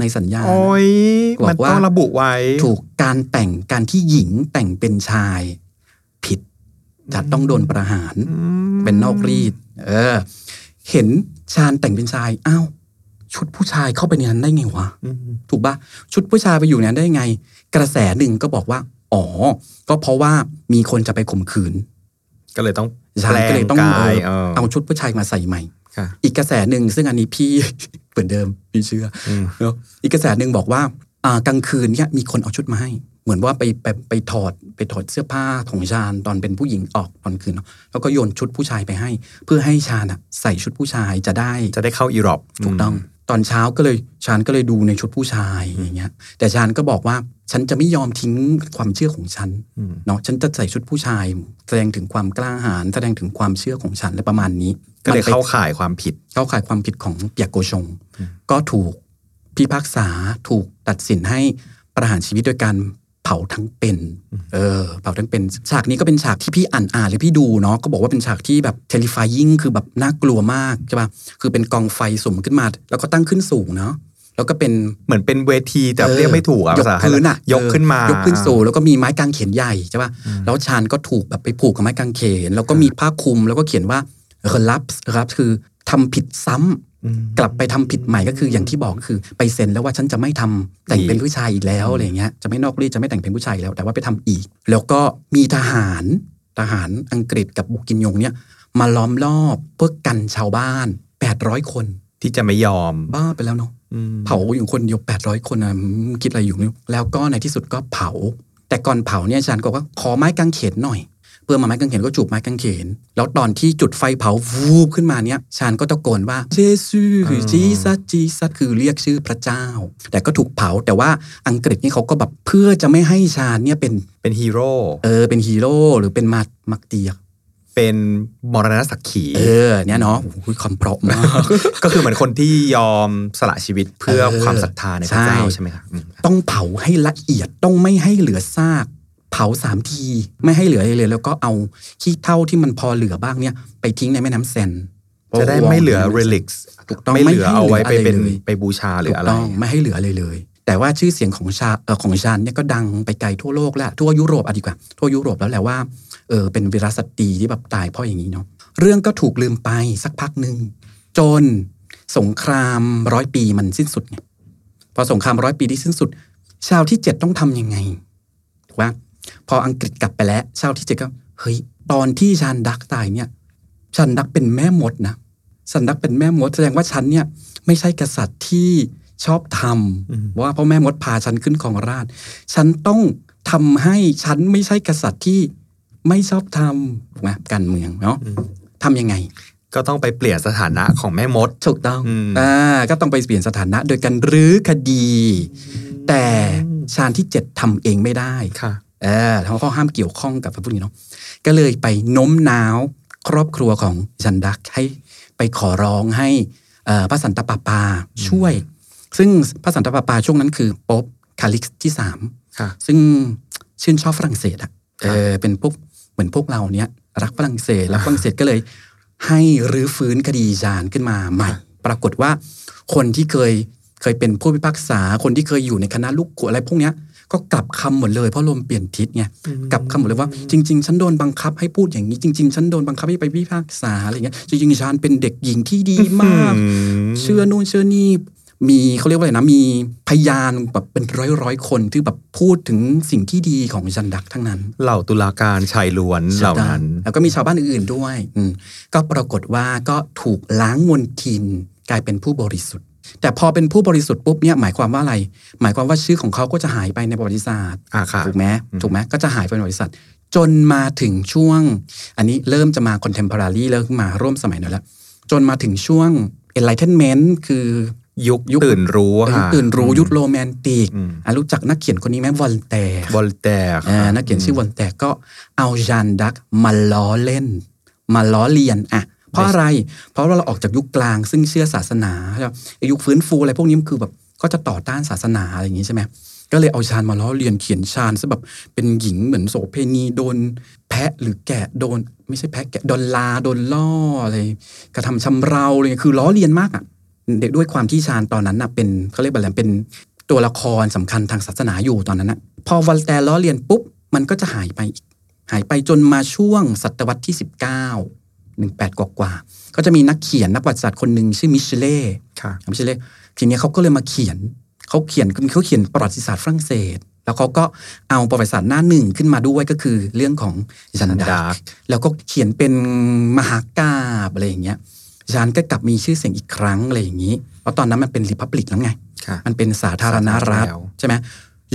C: ในสัญญาน่ะ
B: โอ้ย
C: บอก
B: มัน
C: ว่ามั
B: ต้องระบุไว้
C: ถูกการแต่งการที่หญิงแต่งเป็นชาย ผิดจะต้องโดนประหาร
B: อืม
C: เป็นนอกรีด เออ เห็นชาญแต่งเป็นชาย อ้าว ชุดผู้ชายเข้าไปในนั้นได้ไงวะ
B: อืม
C: ถูกปะชุดผู้ชายไปอยู่ในนั้นได้ไง กระแสหนึ่งก็บอกว่า อ๋อ ก็เพราะว่ามีคนจะไปข่มขืน
B: ก็เลยต้อง
C: ชาญ
B: แปล
C: ก็เลย
B: ง
C: ต้อง
B: กาย
C: เออ
B: เอ
C: เอา
B: อ
C: ชุดผู้ชายมาใส่ใหม่
B: ค่ะ
C: อีกกระแสหนึ่งซึ่งอันนี้พี่ เหมือนเดิมพี่เชื่อ
B: อืม
C: เนอะอีกกระแสหนึ่งบอกว่าอ่ากลางคืนเนี่ยมีคนเอาชุดมาให้ เหมือนว่าไปไปไปถอดไปถอดเสื้อผ้าของชาญตอนเป็นผู้หญิงออกตอนคืนเนอะแล้วก็โยนชุดผู้ชายไปให้ เพื่อให้ชาญอะใส่ชุดผู้ชายจะได้
B: จะได้เข้าอีรอป
C: ถูกต้อง ตอนเช้าก็เลยชาญก็เลยดูในชุดผู้ชายอย่างเงี้ย แต่ชาญก็บอกว่าฉันจะไม่ยอมทิ้งความเชื่อของฉัน
B: อืม
C: เนาะฉันจะใส่ชุดผู้ชาย แสดงถึงความกล้าหาญแสดงถึงความเชื่อของฉันอะไรประมาณนี้
B: ก็เลย
C: มันป็น
B: เข้าข่ายความผิด
C: เข้าข่ายความผิดของเปียกโกชง
B: อืม
C: ก็ถูกพิพากษาถูกตัดสินให้ประหารชีวิตโดยการเผาทั้งเป็น เออ เผาทั้งเป็น ฉากนี้ก็เป็นฉากที่พี่อ่านอ่านหรือพี่ดูเนาะก็บอกว่าเป็นฉากที่แบบ terrifying คือแบบน่ากลัวมากใช่ป่ะคือเป็นกองไฟสุมขึ้นมา แล้วก็ตั้งขึ้นสูงเนาะแล้วก็เป็น
B: เหมือนเป็นเวทีแต่เรียกไม่ถูกอะ
C: ยก
B: ภาษาไทย
C: พื้นอ่ะ
B: ยกขึ้นมาย ย
C: กขึ้นสูงแล้วก็มีไม้กางเขนใหญ่ใช่ป่ะแล้วชานก็ถูกแบบไปผูกกับไม้กางเขน แล้วก็มีผ้าคลุมแล้วก็เขียนว่ารับรับคือทำผิดซ้ำ
B: อืม
C: กลับไปทำผิดใหม่ก็คืออย่างที่บอกก็คือ ไปเซ็นแล้วว่าฉันจะไม่ทำแต่งเป็นผู้ชายอีกแล้วอะไรอย่างเงี้ยจะไม่นอกรีดจะไม่แต่งเป็นผู้ชายอีกแล้ว แต่ว่าไปทำอีก แล้วก็มีทหารทหารอังกฤษกับบุกินยงเนี่ยมาล้อมรอบเพื่อกันชาวบ้าน 800 คน
B: ที่จะไม่ยอม
C: บ้าไปแล้วเนาะ
B: อืม
C: เผาอยู่คนเดียว800 คนนะมึงคิดอะไรอยู่ไม่รู้แล้วก็ในที่สุดก็เผา แต่ก่อนเผาเนี่ยอาจารย์ก็บอกว่าขอไม้กางเขนหน่อย เพื่อนมาไม้กางเขนก็จูบไม้กางเขน แล้วตอนที่จุดไฟเผาวูบขึ้นมาเนี่ยชานก็ตะโกนว่าเจสูคือจีซัสจีซัสคือเรียกชื่อพระเจ้า แต่ก็ถูกเผาแต่ว่าอังกฤษนี่เขาก็แบบเพื่อจะไม่ให้ชานเนี่ยเป็น
B: เป็นฮีโร่
C: เออเป็นฮีโร่หรือเป็นมามักเตียก
B: เป็นมรณะสักขี
C: เออเนี่ยเนาะโอ้โหความเพราะมาก
B: ก็คือเหมือนคนที่ยอมสละชีวิตเพื่อ
C: เออ
B: ความศรัทธาในพระเจ้า
C: ใช่
B: ใช่ไหมครับอืมครับ
C: ต้องเผาให้ละเอียดต้องไม่ให้เหลือซาก เผาสามที ไม่ให้เหลืออะไรเลย แล้วก็เอาขี้เท่าที่มันพอเหลือบ้างเนี่ย ไปทิ้งในแม่น้ำเซน
B: จะได้ไม่เหลือ relics
C: ถูกต้อง
B: ไม่เหลือ
C: ให้
B: เอาไว้ไป
C: ะร
B: เป็น
C: ลย
B: ไปบูชาหรื
C: ถู
B: อก อะไร
C: ต้องไม่ให้เหลืออะไรเลย แต่ว่าชื่อเสียงของชาเอ่อของชานเนี่ยก็ดังไปไกลทั่วโลกแล้วทั่วยุโรปอะดีกว่า ทั่วยุโรปแล้วแหละว่าเออเป็นวีรสตรีที่แบบตายเพราะอย่างนี้เนาะเรื่องก็ถูกลืมไปสักพักหนึ่งจนสงครามร้อยปีมันสิ้นสุดไง พอสงครามร้อยปีที่สิ้นสุด ชาวที่เจ็ดต้องทำยังไงถูกปะพออังกฤษกลับไปแล้ว ชาวที่เจ็ดก็เฮ้ยตอนที่ชันดักตายเนี่ยชันดักเป็นแม่มดนะชันดักเป็นแม่มดแสดงว่าฉันเนี่ยไม่ใช่กษัตริย์ที่ชอบท
B: อืม
C: ำว่าเพราะแม่มดพาฉันขึ้นของราชย์ฉันต้องทำให้ฉันไม่ใช่กษัตริย์ที่ไม่ชอบทำถูกไหมการเมืองเนาะ
B: อืม
C: ทำยังไง
B: ก็ต้องไปเปลี่ยนสถานะของแม่มด
C: ถูกต้อง
B: อืม
C: อ่าก็ต้องไปเปลี่ยนสถานะโดยการรื้อคดี แต่ชาญที่เจ็ดทำเองไม่ได้
B: ค่ะ
C: เออเขาก็ห้ามเกี่ยวข้องกับพระพุทธเนาะก็เลยไปโน้มน้าวครอบครัวของชันดักให้ไปขอร้องให้เอ่อพระสันตะปาปาช่วย ซึ่งพระสันตะปาปาช่วงนั้นคือป๊อปคาลิกซ์ที่สาม
B: ค่ะ
C: ซึ่งชื่นชอบฝรั่งเศสอ่ะ
B: ครั
C: เอบ อเป็นพวกเหมือนพวกเราเนี้ยรักฝรั่งเศสรักฝรั่งเศสก็เลย ให้รื้อฟื้นคดีจานขึ้นมาใหม่ ปรากฏว่าคนที่เคยเคยเป็นผู้พิพากษาคนที่เคยอยู่ในคณะลูกขุอะไรพวกเนี้ยก็กลับคำหมดเลยเพราะลมเปลี่ยนทิศไงกลับคำหมดเลยว่าจริง ๆ ฉันโดนบังคับให้พูดอย่างนี้จริง ๆ ฉันโดนบังคับให้ไปพิพากษาอะไรอย่างเงี้ยจริงๆชานเป็นเด็กหญิงที่ดีมาก
B: อืม
C: เชื่อนู่นเชื่อนี่มีเขาเรียกว่าอะไรนะ มีพยานแบบเป็นร้อยร้อยๆคนที่แบบพูดถึงสิ่งที่ดีของจันดักทั้งนั้น
B: เหล่าตุลาการชายล้วนเหล่านั้น
C: แล้วก็มีชาวบ้านอื่นๆด้วยอืมก็ปรากฏว่าก็ถูกล้างมนทินกลายเป็นผู้บริสุทธิ์ แต่พอเป็นผู้บริสุทธิ์ปุ๊บเนี่ยหมายความว่าอะไร หมายความว่าชื่อของเขาก็จะหายไปในประวัติศาสตร์
B: อ่ะค่ะ
C: ถูกไหม
B: อืม
C: ถูกไหมก็จะหายไปในบริษัท จนมาถึงช่วง อันนี้เริ่มจะมาคอนเทมพอรารีเริ่มมาร่วมสมัยหน่อยแล้วจนมาถึงช่วง enlightenment คือ
B: ยุค
C: ยุค
B: ตื่นรู้อะ
C: ยุค
B: ค่ะ
C: ตื่นรู้ยุคโรแมนติก
B: อืม
C: อ่ะรู้จักนักเขียนคนนี้ไหมวอลแตร์
B: วอลแตร์
C: อ่า
B: ค่ะ
C: นักเขียนชื่อวอลแตร์ก็เอาจานดักมาล้อเล่น มาล้อเลียนอ่ะเพราะอะไร เพราะว่าเราออกจากยุคกลางซึ่งเชื่อศาสนาใช่ไหมไอ้ยุคฟื้นฟูอะไรพวกนี้มันคือแบบ ก็จะต่อต้านศาสนาอะไรอย่างนี้ใช่ไหมก็เลยเอาฌานมาล้อเลียนเขียนฌานซะแบบเป็นหญิงเหมือนโสเพณีโดน แพะหรือแกะโดน ไม่ใช่แพะแกะโดนลาโดนล่ออะไรกระทำชำเราอะไรเงี้ยคือล้อเลียนมากอ่ะเด็กด้วยความที่ฌานตอนนั้นน่ะเป็นเขาเรียกว่าอะไรเป็นตัวละครสำคัญทางศาสนาอยู่ตอนนั้นน่ะพอวอลแตร์ล้อเลียนปุ๊บมันก็จะหายไปอีก หายไปจนมาช่วงศตวรรษที่ 19 18 กว่ากว่าๆก็จะมีนักเขียนนักประวัติศาสตร์คนหนึ่งชื่อมิเชเล่
B: ค่ะ
C: ไม่ใช่เลยทีเนี้ยเขาก็เลยมาเขียน เขาเขียนเขาเขียนประวัติศาสตร์ฝรั่งเศส แล้วเขาก็เอาประวัติศาสตร์หน้าหนึ่งขึ้นมาด้วยก็คือเรื่องของจานดา
B: Dark
C: ร์แล้วก็เขียนเป็นมหากาบอะไรอย่างเงี้ยจานก็กลับมีชื่อเสียงอีกครั้งอะไรอย่างนี้ เพราะตอนนั้นมันเป็นริพับลิกแล้วไง
B: ค่ะ
C: มันเป็นสาธารณรัฐ
B: สาธารณแล้ว
C: ใช่ไหม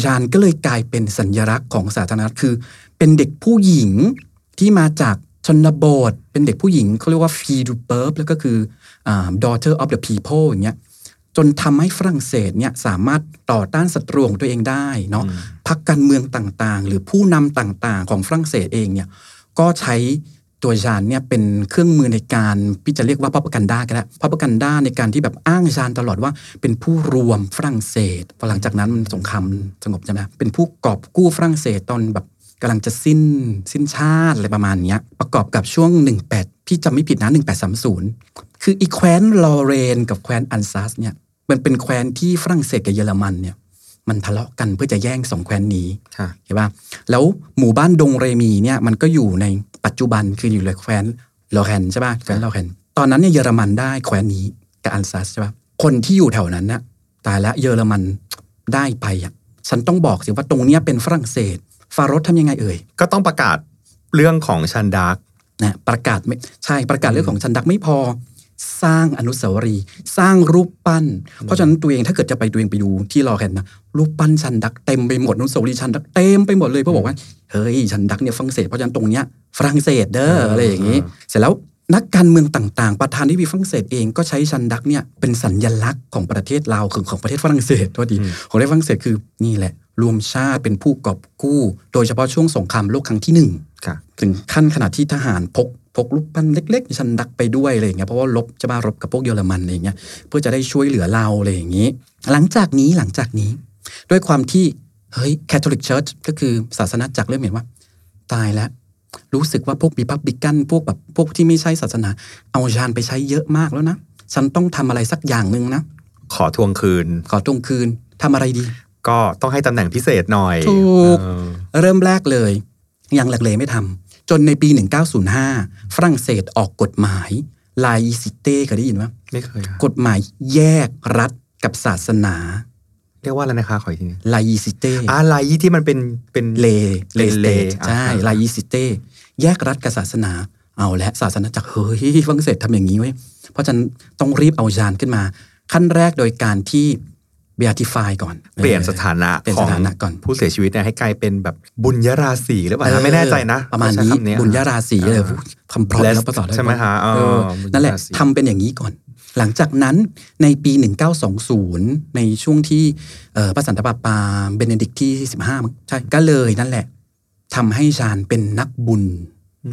C: ยานก็เลยกลายเป็นสัญลักษณ์ของสาธารณรัฐคือ เป็นเด็กผู้หญิงที่มาจากชนบท เป็นเด็กผู้หญิงเขาเรียกว่าฟีดูเบิร์บแล้วก็คืออ่า daughter of the people อย่างเงี้ยจนทำให้ฝรั่งเศสเนี่ยสามารถต่อต้านศัตรูของตัวเองได้เนาะพักการเมืองต่างๆ หรือผู้นำต่างๆ ของฝรั่งเศสเองเนี่ยก็ใช้ตัวยานเนี่ยเป็นเครื่องมือในการพี่จะเรียกว่าพับกันด้าก็ได้พับกันด้าในการที่แบบอ้างยานตลอดว่า เป็นผู้รวมฝรั่งเศสพอหลังจากนั้นมันสงครามสงบใช่ไหมเป็นผู้กอบกู้ฝรั่งเศสตอนแบบกำลังจะสิ้นสิ้นชาติอะไรประมาณเนี้ยประกอบกับช่วง 18 พี่จำไม่ผิดนะ 1830 คืออีแคว้นลอเรนกับแคว้นอันซัสเนี่ยมันเป็นแคว้นที่ฝรั่งเศสกับเยอรมันเนี่ยมันทะเลาะกันเพื่อจะแย่งสองแคว้นนี้
B: ค่ะ
C: เห็นป่ะแล้วหมู่บ้านดงเรมีเนี่ยมันก็อยู่ในปัจจุบันคืออยู่ในแคว้นลอแคนใช่ป่ะแคว้นลอแคนตอนนั้นเนี่ยเยอรมันได้แคว้นนี้กับอันซัสใช่ป่ะคนที่อยู่แถวนั้นนะตายละเยอรมันได้ไปอ่ะฉันต้องบอกสิว่าตรงเนี้ยเป็นฝรั่งเศส ฟาโรสทำยังไงเอ่ย
B: ก็ต้องประกาศเรื่องของชันดาร์ก
C: นะประกาศไม่ใช่ประกาศเรื่องของชันดักไม่พอ สร้างอนุสาวรีย์สร้างรูปปั้น เพราะฉะนั้นตัวเองถ้าเกิดจะไปตัวเองไปดูที่ลอแคนนะรูปปั้นชันดักเต็มไปหมดอนุสาวรีย์ชันดักเต็มไปหมดเลยเพราะบอกว่า เฮ้ยฉันดักเนี่ยฝรั่งเศสเพราะฉะนั้นตรงเนี้ยฝรั่งเศสเด้อ
B: เอออ
C: อะไรอย่างนี้
B: เออ
C: เสร็จแล้วนักการเมืองต่างๆ ประธานที่มีฝรั่งเศสเองก็ใช้ชันดักเนี่ยเป็นสัญลักษณ์ของประเทศเราคือของประเทศฝรั่งเศสทษดีของประเทศฝรั่งเศสคือนี่แหละ รวมชาติเป็นผู้กอบกู้ โดยเฉพาะช่วงสงครามโลกครั้งที่หนึ่ง
B: ค่ะ
C: ถึงขั้นขนาดที่ทหารพกพกลูกปั้นเล็กๆชันดักไปด้วยอะไรอย่างเงี้ยเพราะว่าลบจะมารบกับพวกเยอรมันอะไรอย่างเงี้ยเพื่อจะได้ช่วยเหลือเราอะไรอย่างงี้ หลังจากนี้หลังจากนี้ ด้วยความที่เฮ้ยแคทอลิกเชิร์ชก็คือศาสนาจักรเริ่มเห็นว่า ตายแล้ว รู้สึกว่าพวกบีพับบิกันพวกแบบพวกที่ไม่ใช่ศาสนา เอายานไปใช้เยอะมากแล้วนะ ฉันต้องทำอะไรสักอย่างหนึ่งนะ
B: ขอทวงคืน
C: ขอตรงคืนทำอะไรดี
B: ก็ต้องให้ตำแหน่งพิเศษหน่อย
C: ถูก
B: เออ
C: เริ่มแรกเลย ยังลังเลไม่ทำจนในปี 1905 ฝรั่งเศสออกกฎหมายลายซิเต้เคยได้ยินว่า
B: ไม่เคยค่ะ
C: กฎหมายแยกรัฐกับศาสนา
B: เรียกว่าอะไรนะคะ ขออีกทีหนึง
C: ลายซิเต้
B: อะไรที่มันเป็นเป็น
C: เลเล
B: เป็น
C: ส
B: เล
C: เตทใช่
B: อ่า
C: ลายซิเต้แยกรัฐกับศาสนาเอาและศาสนาจากรเฮ้ยฝรั่งเศสทำอย่างนี้ไว้ยเพราะฉะนันต้องรีบเอายานขึ้นมา ขั้นแรกโดยการที่เบียร์ติฟายก่อน
B: เปลี่ยนสถานะ
C: เปลี่ยน
B: ขอ
C: ส
B: ง
C: ถานะก่อน
B: ผู้เสียชีวิตเนี่ยให้กลายเป็นแบบบุญยราศีหรือเปล่านะไม่แน่ใจนะ
C: ประมาณนี้
B: ใช้คำเย
C: บุญญาราศี
B: อ่า
C: เลยพูดคำพร้อม
B: Blessed
C: แล้วประสาท
B: ใช่ไหมฮะอ๋อ
C: เออ
B: บุญญาราศี
C: นั่นแหละทำเป็นอย่างนี้ก่อน หลังจากนั้นในปี 1920 ในช่วงที่เอ่อพระสันตะปาปาเบเนดิกต์ที่ 15มั้งใช่ก็เลยนั่นแหละทำให้ฌานเป็นนักบุญ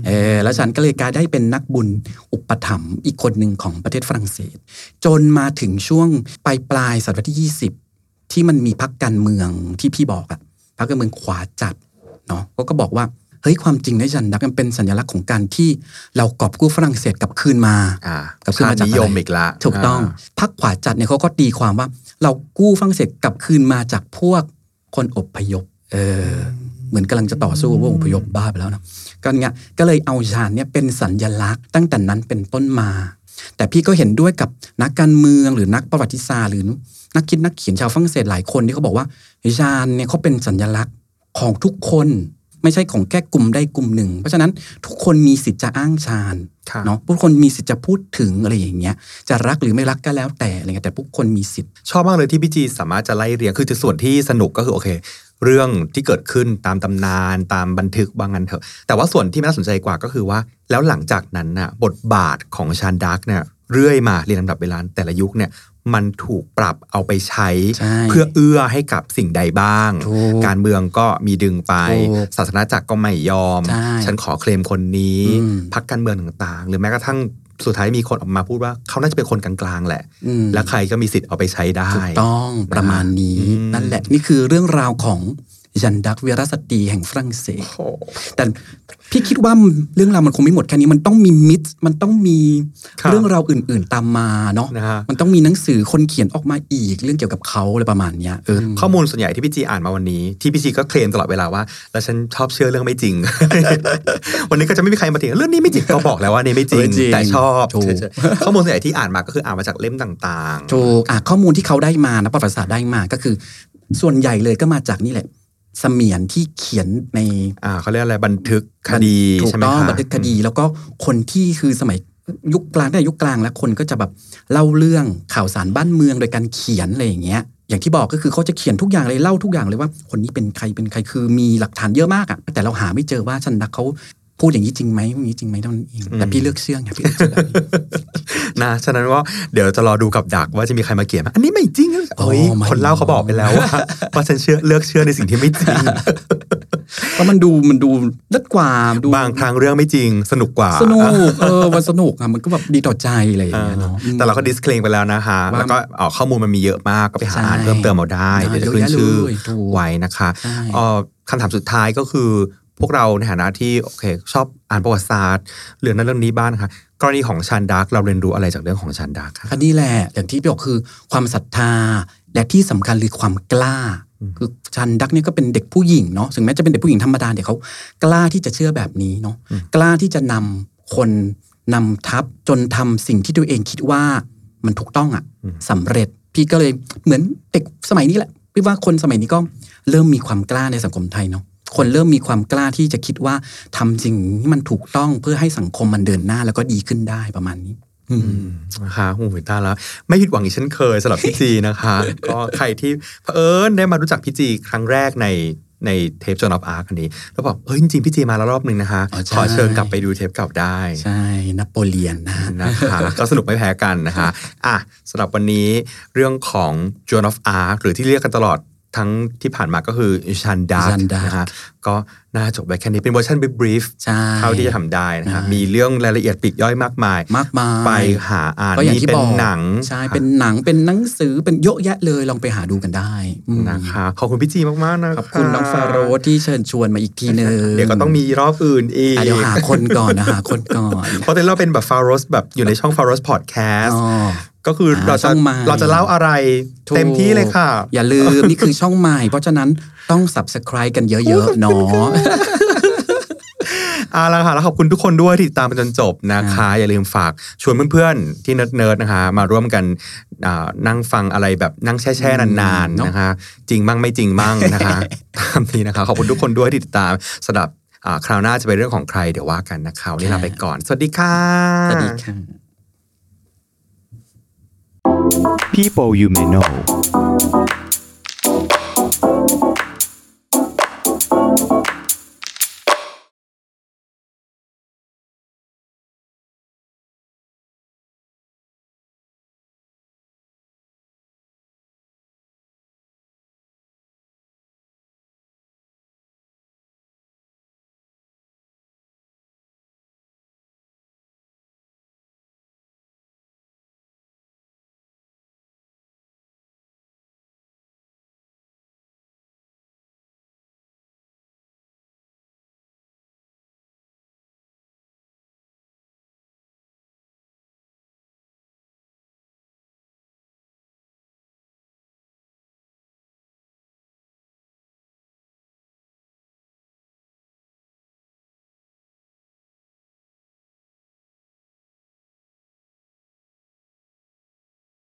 C: เออแล้วฌานก็เลยกลายได้เป็นนักบุญอุปถัมภ์อีกคนหนึ่งของประเทศฝรั่งเศส จนมาถึงช่วงปลายปลายศตวรรษที่ 20 ที่มันมีพักการเมืองที่พี่บอกอะพักการเมืองขวาจัด เนาะเขาก็บอกว่า เฮ้ย ความจริงในชันดักมันเป็นสัญลักษณ์ของการที่เรากอบกู้ฝรั่งเศสกลับคืนมา
B: อ่า
C: กับขึ้นมาจาก
B: นิยม
C: อะไร
B: อีกละ
C: ถูกต้อง
B: า
C: พักขวาจัดเนี่ยเขาก็ตีความว่า เรากู้ฝรั่งเศสกลับคืนมาจากพวกคนอบพยพเออเหมือนกำลังจะต่อสู้กับพวกอพยพบ้าไปแล้วนะก็เงี้ยก็เลยเอาชานเนี่ยเป็นสัญญลักษณ์ตั้งแต่นั้นเป็นต้นมา แต่พี่ก็เห็นด้วยกับนักการเมืองหรือนักประวัติศาสตร์หรือนักคิดนักเขียนชาวฝรั่งเศสหลายคนที่เขาบอกว่าชานเนี่ยเขาเป็นสัญลักษณ์ของทุกคนไม่ใช่ของแค่กลุ่มใดกลุ่มหนึ่ง เพราะฉะนั้นทุกคนมีสิทธิ์จะอ้างชาน
B: ค่ะ
C: เนาะผู้คนมีสิทธิ์จะพูดถึงอะไรอย่างเงี้ย จะรักหรือไม่รักก็แล้วแต่อะไรเงี้ยแต่ผู้คนมีสิทธิ์
B: ชอบมากเลยที่พี่จีสามารถจะไล่เรียงคือส่วนที่สนุกก็คือโอเค เรื่องที่เกิดขึ้นตามตำนานตามบันทึกบางงันเถอะ แต่ว่าส่วนที่น่าสนใจกว่าก็คือว่า แล้วหลังจากนั้นน่ะบทบาทของชานดักเนี่ยเรื่อยมาเรียงลำดับเวลาแต่ละยุคเนี่ยมันถูกปรับเอาไปใช้
C: ใช่
B: เพื่อเอื้อให้กับสิ่งใดบ้าง
C: ถูก
B: การเมืองก็มีดึงไป
C: ถูก
B: ศาสนาจักรก็ไม่ยอม
C: ใช่
B: ฉันขอเคลมคนนี้
C: อืม
B: พักการเมืองต่างๆ หรือแม้กระทั่ง สุดท้ายมีคนออกมาพูดว่าเขาน่าจะเป็นคนกลางๆแหละ
C: อืม
B: และใครก็มีสิทธิ์เอาไปใช้ได้
C: ถูกต้องประมาณนี้
B: อืม
C: นั่นแหละนี่คือเรื่องราวของยันดักเวรสตรีแห่งฝรั่งเศส
B: โอ้โห
C: แต่พี่คิดว่าเรื่องราวมันคงไม่หมดแค่นี้มันต้องมีมิตมันต้องมี
B: ครับ
C: เรื่องราวอื่น ๆตามมาเนาะ
B: นะฮะ
C: มันต้องมีหนังสือคนเขียนออกมาอีกเรื่องเกี่ยวกับเขาอะไรประมาณเนี้ยเออ
B: ข้อมูลส่วนใหญ่ที่พี่จีอ่านมาวันนี้ ที่พี่จีก็เคลมตลอดเวลาว่า แล้วฉันชอบเชื่อเรื่องไม่จริง วันนี้ก็จะไม่มีใครมาเถียงเรื่องนี้ไม่จริงก็บอกแล้วว่านี่ไม่จริง แต่ชอบ
C: ถูก
B: ข้อมูลส่วนใหญ่ที่อ่านมาก็คืออ่านมาจากเล่มต่างๆ
C: ถูกอ่ะข้อมูลที่เขาได้มานะประวัติศาสตร์ได้มาก็คือ ส่วนใหญ่เลยก็มาจากนี่แหละ เสมียนที่เขียนใน
B: อ่าเขาเรียกอะไรบันทึกคดี
C: ถูก
B: ใช่ไหม
C: ต้อง
B: คะ
C: บันทึกคดีแล้วก็คนที่คือสมัยยุคกลางได้ยุคกลางแล้วคนก็จะแบบเล่าเรื่องข่าวสารบ้านเมืองโดยการเขียนอะไรอย่างเงี้ย อย่างที่บอกก็คือเขาจะเขียนทุกอย่างเลยเล่าทุกอย่างเลยว่า คนนี้เป็นใครเป็นใครคือมีหลักฐานเยอะมากอะแต่เราหาไม่เจอว่าชันดักเขาพูดอย่างนี้จริงไหมอย่างนี้จริงไหมเท่านั้นเองแต่พี่เลือกเชื่อไงพี่เลือกเชื่อแบบนี้
B: นะฉะนั้นว่าเดี๋ยวจะรอดูกับดักว่าจะมีใครมาเขียนไหมอันนี้ไม่จริง
C: โอ้
B: โอ้ย
C: my
B: คนเล่าเขาบอกไปแล้วว่า ว่าฉันเชื่อเลือกเชื่อในสิ่งที่ไม่จริง
C: เพราะมันดูมันดูเลิศกว่า ดู
B: บางครั้งเรื่องไม่จริงสนุกกว่า
C: สนุกเออมันสนุกอะมันก็แบบดีต่อใจอะไรอย่าง
B: อ่า
C: เงี้ยเนาะ
B: แต่เราก็ดิสเคลมไปแล้วนะคะ
C: ว่า
B: แล้วก็เอาข้อมูลมันมีเยอะมากก็ไปหา
C: ใช่
B: อ่านเพิ่มเติมเอาได้
C: ได้
B: เดี๋ยวจะขึ้นชื่อ
C: เยอะแยะเลยถูก
B: ไว้นะคะ
C: ใช่
B: เอ่อคำถามสุดท้ายก็คือ พวกเราในฐานะที่โอเคชอบอ่านประวัติศาสตร์เรื่องนั้นเรื่องนี้บ้างนะคะกรณีของชันดักเราเรียนรู้อะไรจากเรื่องของชันดักคะ
C: อันนี้แหละอย่างที่บอกคือความศรัทธาและที่สำคัญคือความกล้า คือชันดักเนี่ยก็เป็นเด็กผู้หญิงเนาะถึงแม้จะเป็นเด็กผู้หญิงธรรมดาแต่เขากล้าที่จะเชื่อแบบนี้เนาะ
B: อืม
C: กล้าที่จะนำคนนำทัพจนทำสิ่งที่ตัวเองคิดว่ามันถูกต้องอะสำเร็จ พี่ก็เลยเหมือนเด็กสมัยนี้แหละพี่ว่าคนสมัยนี้ก็เริ่มมีความกล้าในสังคมไทยเนาะคนเริ่มมีความกล้าที่จะคิดว่าทำสิ่งที่มันถูกต้องเพื่อให้สังคมมันเดินหน้าแล้วก็ดีขึ้นได้ประมาณนี้ อืม
B: นะคะโอ้โหตายแล้ว ไม่ผิดหวังอีกเช่นเคยสำหรับพี่จีนะคะ ก็ใครที่เผอิญได้มารู้จักพี่จีครั้งแรกในในเทปจอนอฟอาร์คันนี้ แล้วบอกเฮ้ยจริงๆพี่จีมาแล้วรอบหนึ่งนะคะ
C: อ๋อใช่
B: ขอเชิญกลับไปดูเทปเก่าได้
C: ใช่นโปเลียนนะ
B: นะคะ ก็สนุกไม่แพ้กันนะคะอ่ะสำหรับวันนี้เรื่องของ Joan of Arc หรือที่เรียกกันตลอดทั้งที่ผ่านมาก็คือชันดาร์
C: Jeanne d'Arc
B: นะคะก็น่าจบไปแค่นี้เป็นเวอร์ชันบรีฟ
C: ใช่
B: เท่าที่จะทำได้นะคะ
C: ใช่
B: มีเรื่องรายละเอียดปลีกย่อยมากมาย
C: มากมาย
B: ไปหาอ่าน
C: ก็อย่าง
B: มี
C: ที่
B: เป็
C: บ
B: น
C: อก
B: หนัง
C: ใช่เป็นหนังเป็นหนังสือเป็นเยอะแยะเลยลองไปหาดูกันได้อืม
B: นะคะขอบคุณพี่จีมากๆนะะ
C: ขอบคุณน้องฟาโรสที่เชิญชวนมาอีกทีหนึ่ง
B: เดี๋ยวก็ต้องมีรอบอื่นอีก
C: อ่ะเดี๋ยวหาคนก่อนนะหาคนก่อน
B: เพราะตอนนี้เราเป็นแบบฟาโรสแบบอยู่ในช่องฟาโรสพอดแคส
C: อ๋
B: ต์
C: อ
B: ก็คือ
C: หา
B: เรา
C: ช่
B: จะ
C: องใหม่
B: เราจะเล่าอะไรเต็มที่เลยค่ะ
C: อย่าลืม นี่คือช่องใหม่ เพราะฉะนั้นต้อง subscribe กันเยอะๆเนาะ
B: เอาละค่ะแล้วขอบคุณทุกคนด้วยที่ติดตามมาจนจบนะคะ อย่าลืมฝากชวนเพื่อนๆ ที่เนิร์ดๆนะคะ มาร่วมกันอ่านั่งฟังอะไรแบบนั่งแช่ๆนาน
C: เน
B: ๆ
C: อะ
B: นะคะ จริงมั่งไม่จริงมั่งนะคะ ตามนี้นะคะ ขอบคุณทุกคนด้วยที่ติดตามสำหรับอ่าคราวหน้าจะเป็นเรื่องของใครเดี๋ยวว่ากันนะคะวันนี้ลาไปก่อน สวัสดีค่ะ
C: สวัสดีค่ะ
A: People You May Know